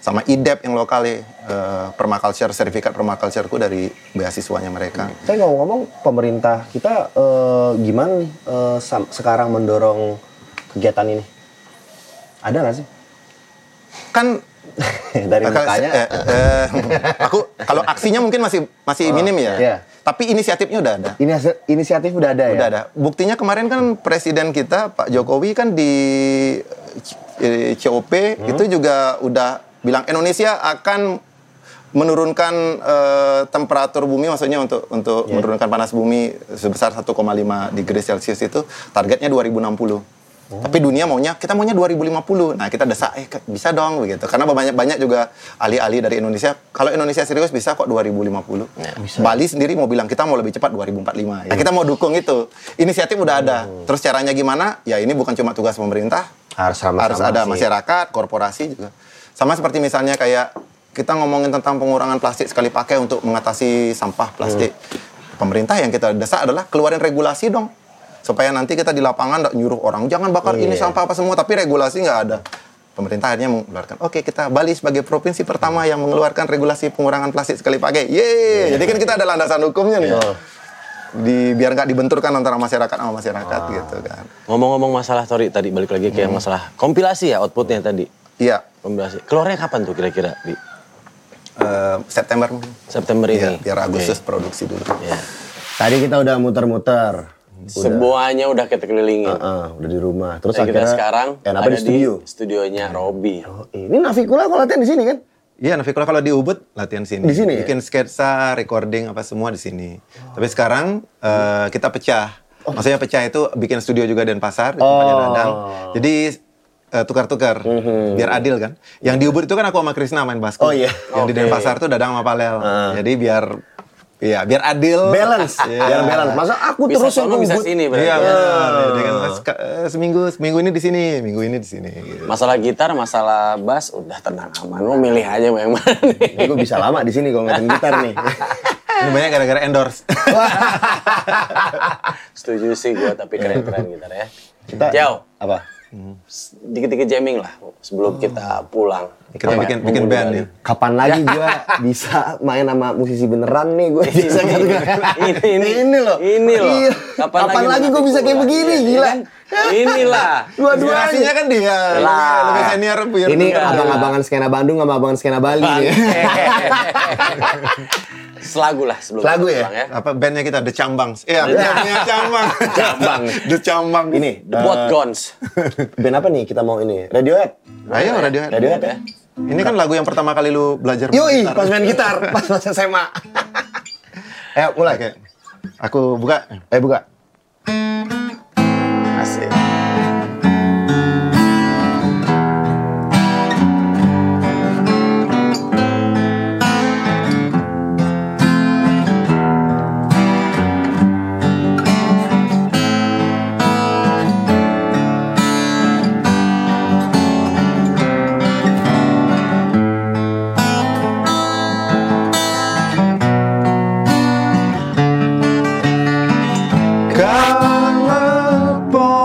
[SPEAKER 4] sama IDEP yang lokal ya eh, permaculture sertifikat permacultureku dari beasiswanya mereka
[SPEAKER 3] Hmm.
[SPEAKER 1] Tapi ngomong-ngomong pemerintah kita eh, gimana nih eh, sam- sekarang mendorong kegiatan ini? Ada nggak sih? [LAUGHS]
[SPEAKER 4] kan
[SPEAKER 1] Dari
[SPEAKER 4] Akal-
[SPEAKER 1] mukanya.
[SPEAKER 4] eh,
[SPEAKER 3] [LAUGHS]
[SPEAKER 4] eh, aku kalau aksinya mungkin masih
[SPEAKER 3] Oh,
[SPEAKER 4] masih minim ya
[SPEAKER 1] iya.
[SPEAKER 4] tapi inisiatifnya udah ada
[SPEAKER 1] Ini hasil- inisiatif udah ada ya?
[SPEAKER 4] Udah ada. Buktinya kemarin kan presiden kita Pak Jokowi kan di eh, COP itu juga udah bilang Indonesia akan menurunkan eh, temperatur bumi maksudnya untuk untuk menurunkan panas bumi sebesar 1,5 derajat Celcius itu targetnya 2060. Oh. Tapi dunia maunya kita maunya 2050. Nah, kita desak eh ke- bisa dong begitu. Karena banyak-banyak juga ahli-ahli dari Indonesia, kalau Indonesia serius bisa kok 2050. Bali sendiri mau bilang kita mau lebih cepat 2045. Ya, kita mau dukung itu. Inisiatif udah ada. Terus caranya gimana? Ya ini bukan cuma tugas pemerintah.
[SPEAKER 1] Harus sama-sama
[SPEAKER 4] Harus ada
[SPEAKER 1] sih.
[SPEAKER 4] masyarakat, korporasi juga. Sama seperti misalnya kayak kita ngomongin tentang pengurangan plastik sekali pakai untuk mengatasi sampah plastik.
[SPEAKER 1] Hmm.
[SPEAKER 4] Pemerintah yang kita desak adalah keluarin regulasi dong. Supaya nanti kita di lapangan nggak nyuruh orang jangan bakar ini
[SPEAKER 1] Iya.
[SPEAKER 4] sampah apa semua tapi regulasi nggak ada. Pemerintah akhirnya mengeluarkan. Oke, kita Bali sebagai provinsi pertama yang mengeluarkan regulasi pengurangan plastik sekali pakai.
[SPEAKER 1] Iya.
[SPEAKER 4] Yeay! Jadi kan kita ada landasan hukumnya nih. Di biar nggak dibenturkan antara masyarakat sama masyarakat
[SPEAKER 1] Ah.
[SPEAKER 4] gitu kan.
[SPEAKER 3] Ngomong-ngomong masalah sorry tadi balik lagi ke yang masalah kompilasi ya outputnya tadi.
[SPEAKER 4] Iya,
[SPEAKER 3] Kompilasi. Keluarnya kapan tuh kira-kira di
[SPEAKER 4] eh, September mungkin.
[SPEAKER 3] September
[SPEAKER 4] Iya,
[SPEAKER 3] ini?
[SPEAKER 4] biar Agustus
[SPEAKER 3] Oke.
[SPEAKER 4] produksi dulu.
[SPEAKER 3] Iya.
[SPEAKER 1] Tadi kita udah muter-muter.
[SPEAKER 3] Semuanya udah kita kelilingin.
[SPEAKER 1] Heeh, udah di rumah. Terus
[SPEAKER 3] Ya, kita
[SPEAKER 1] akhirnya
[SPEAKER 3] sekarang
[SPEAKER 1] enak
[SPEAKER 3] ada
[SPEAKER 1] di studio. Iya. Oh,
[SPEAKER 3] studionya Robi.
[SPEAKER 1] Ini Navikula kalau latihan di sini
[SPEAKER 4] [LAUGHS]
[SPEAKER 1] kan?
[SPEAKER 4] Iya, Nafikula kalau di Ubud latihan sini.
[SPEAKER 1] Di sini ya? Oh.
[SPEAKER 4] Bikin sketsa, recording apa semua di sini. Tapi sekarang eh, kita pecah. Maksudnya pecah itu bikin studio juga Denpasar, di
[SPEAKER 1] Oh.
[SPEAKER 4] tempatnya Dadang. Jadi eh, tukar-tukar, biar adil kan. Yang di Ubud itu kan aku sama Krisna main
[SPEAKER 1] Mhm.
[SPEAKER 4] basket.
[SPEAKER 1] Oh, iya. Ah.
[SPEAKER 4] Yang di Denpasar tuh Dadang sama Palel. Jadi biar ya biar adil.
[SPEAKER 1] Balance,
[SPEAKER 4] Iya.
[SPEAKER 1] biar balance. Masa aku
[SPEAKER 3] Bisa
[SPEAKER 1] terus yang
[SPEAKER 3] sono bisa
[SPEAKER 1] ngebut?
[SPEAKER 3] sini berarti.
[SPEAKER 4] Iya,
[SPEAKER 3] ya.
[SPEAKER 4] benar. Jadi kan, sek- eh, seminggu seminggu ini di sini, minggu ini di sini. gitu.
[SPEAKER 3] Masalah gitar, masalah bass udah tenang aman. Lu milih aja mau yang mana [LAUGHS]
[SPEAKER 1] Ini
[SPEAKER 3] nih.
[SPEAKER 1] gue bisa lama di sini kalau ngeliatin gitar
[SPEAKER 3] [LAUGHS]
[SPEAKER 1] nih.
[SPEAKER 4] Ini banyak gara-gara endorse.
[SPEAKER 3] Setuju sih gua tapi keren-keren gitar ya.
[SPEAKER 1] Kita
[SPEAKER 3] Jauh.
[SPEAKER 1] apa?
[SPEAKER 3] Dikit-dikit jamming lah sebelum kita pulang.
[SPEAKER 1] Iya,
[SPEAKER 4] Kita bikin bikin band ya.
[SPEAKER 1] Kapan lagi gue bisa main sama musisi beneran nih gue bisa gitu kan?
[SPEAKER 3] Ini, ini.
[SPEAKER 1] ini loh.
[SPEAKER 3] Ini loh.
[SPEAKER 1] Iya.
[SPEAKER 3] Kapan
[SPEAKER 1] Kapan,
[SPEAKER 3] lagi
[SPEAKER 1] lagi,
[SPEAKER 3] nanti
[SPEAKER 1] gue bisa kayak
[SPEAKER 3] pulang?
[SPEAKER 1] begini,
[SPEAKER 3] Iya,
[SPEAKER 1] gila.
[SPEAKER 3] kan? Inilah.
[SPEAKER 1] Dua-duanya.
[SPEAKER 4] Inspirasinya kan dia.
[SPEAKER 3] Lah.
[SPEAKER 4] Lebih- Lebih senior biar
[SPEAKER 1] Ini
[SPEAKER 4] lebih-
[SPEAKER 1] abang-abangan skena Bandung sama abangan skena Bali [LAUGHS] nih.
[SPEAKER 3] Iya. Selagu lah sebelum
[SPEAKER 1] Selagu
[SPEAKER 3] kita
[SPEAKER 1] ya?
[SPEAKER 3] pulang
[SPEAKER 4] apa bandnya kita The Cambangs. Iya, bandnya Cambang.
[SPEAKER 1] [LAUGHS]
[SPEAKER 3] Cambang.
[SPEAKER 4] The Cambang.
[SPEAKER 1] Ini
[SPEAKER 3] The Bot Guns.
[SPEAKER 1] band apa nih kita mau ini? Radiohead.
[SPEAKER 4] Ayo Radiohead.
[SPEAKER 1] Radiohead ya.
[SPEAKER 4] Ini kan lagu yang pertama kali lu belajar.
[SPEAKER 1] Yoi,
[SPEAKER 4] bergitar.
[SPEAKER 1] pas main gitar, pas pas SMA. Ayo mulai.
[SPEAKER 4] Oke. Aku buka.
[SPEAKER 1] Ayo Eh, buka.
[SPEAKER 4] Asik. Kalau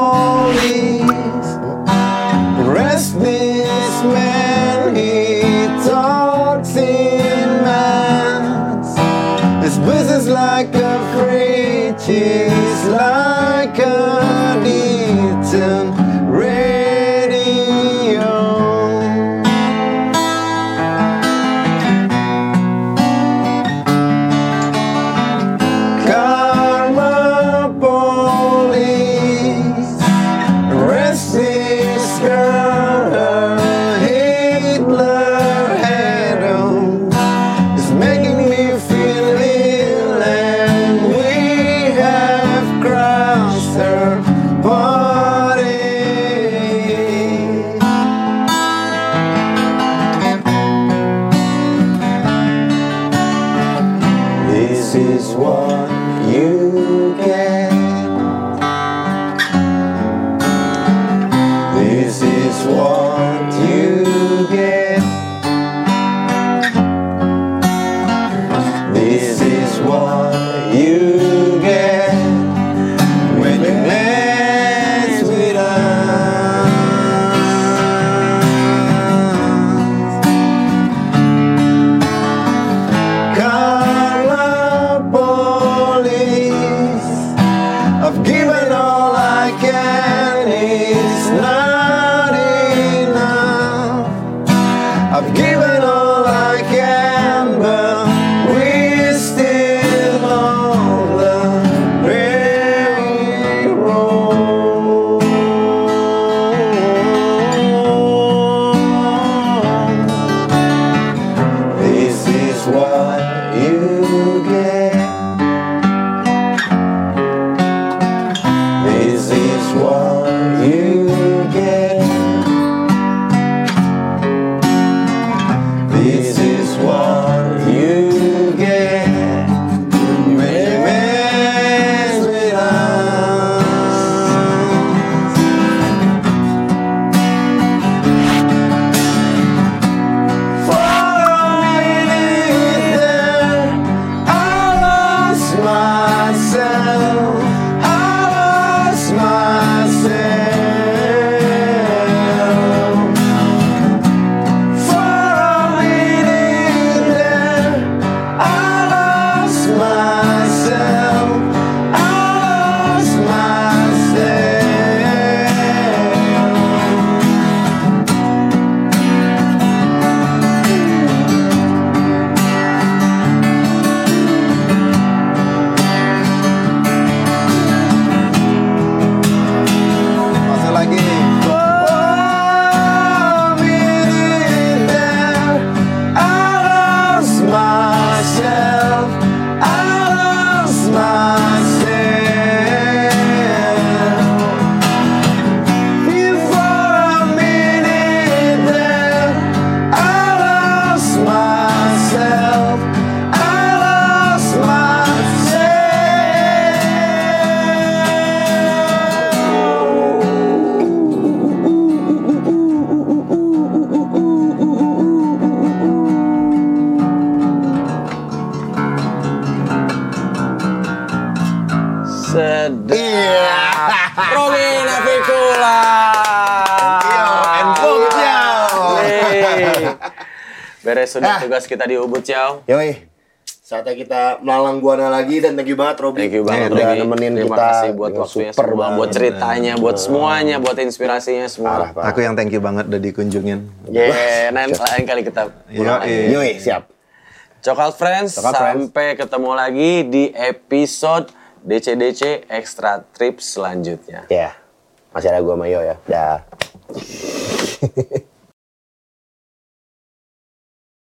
[SPEAKER 4] Oh,
[SPEAKER 3] beres sudah
[SPEAKER 1] Ah.
[SPEAKER 3] tugas kita di Ubud, Ciao.
[SPEAKER 1] Yoi. Saatnya kita melalang buana lagi dan thank you banget Robi.
[SPEAKER 3] Thank you banget
[SPEAKER 1] udah
[SPEAKER 3] Robi.
[SPEAKER 1] nemenin
[SPEAKER 3] Terima
[SPEAKER 1] kita.
[SPEAKER 3] kasih buat
[SPEAKER 1] Dengan
[SPEAKER 3] waktunya
[SPEAKER 1] super
[SPEAKER 3] semua,
[SPEAKER 1] banget.
[SPEAKER 3] buat ceritanya, buat semuanya, buat inspirasinya semua.
[SPEAKER 4] Aku yang thank you banget udah dikunjungin.
[SPEAKER 3] Yeah, lain lain kali kita ulang lagi.
[SPEAKER 4] Yoi.
[SPEAKER 1] Yoi, siap.
[SPEAKER 3] Coklat Friends, sampai ketemu lagi di episode DCDC Extra Trip selanjutnya.
[SPEAKER 1] Ya. Masih ada gua sama Yo ya. Dah.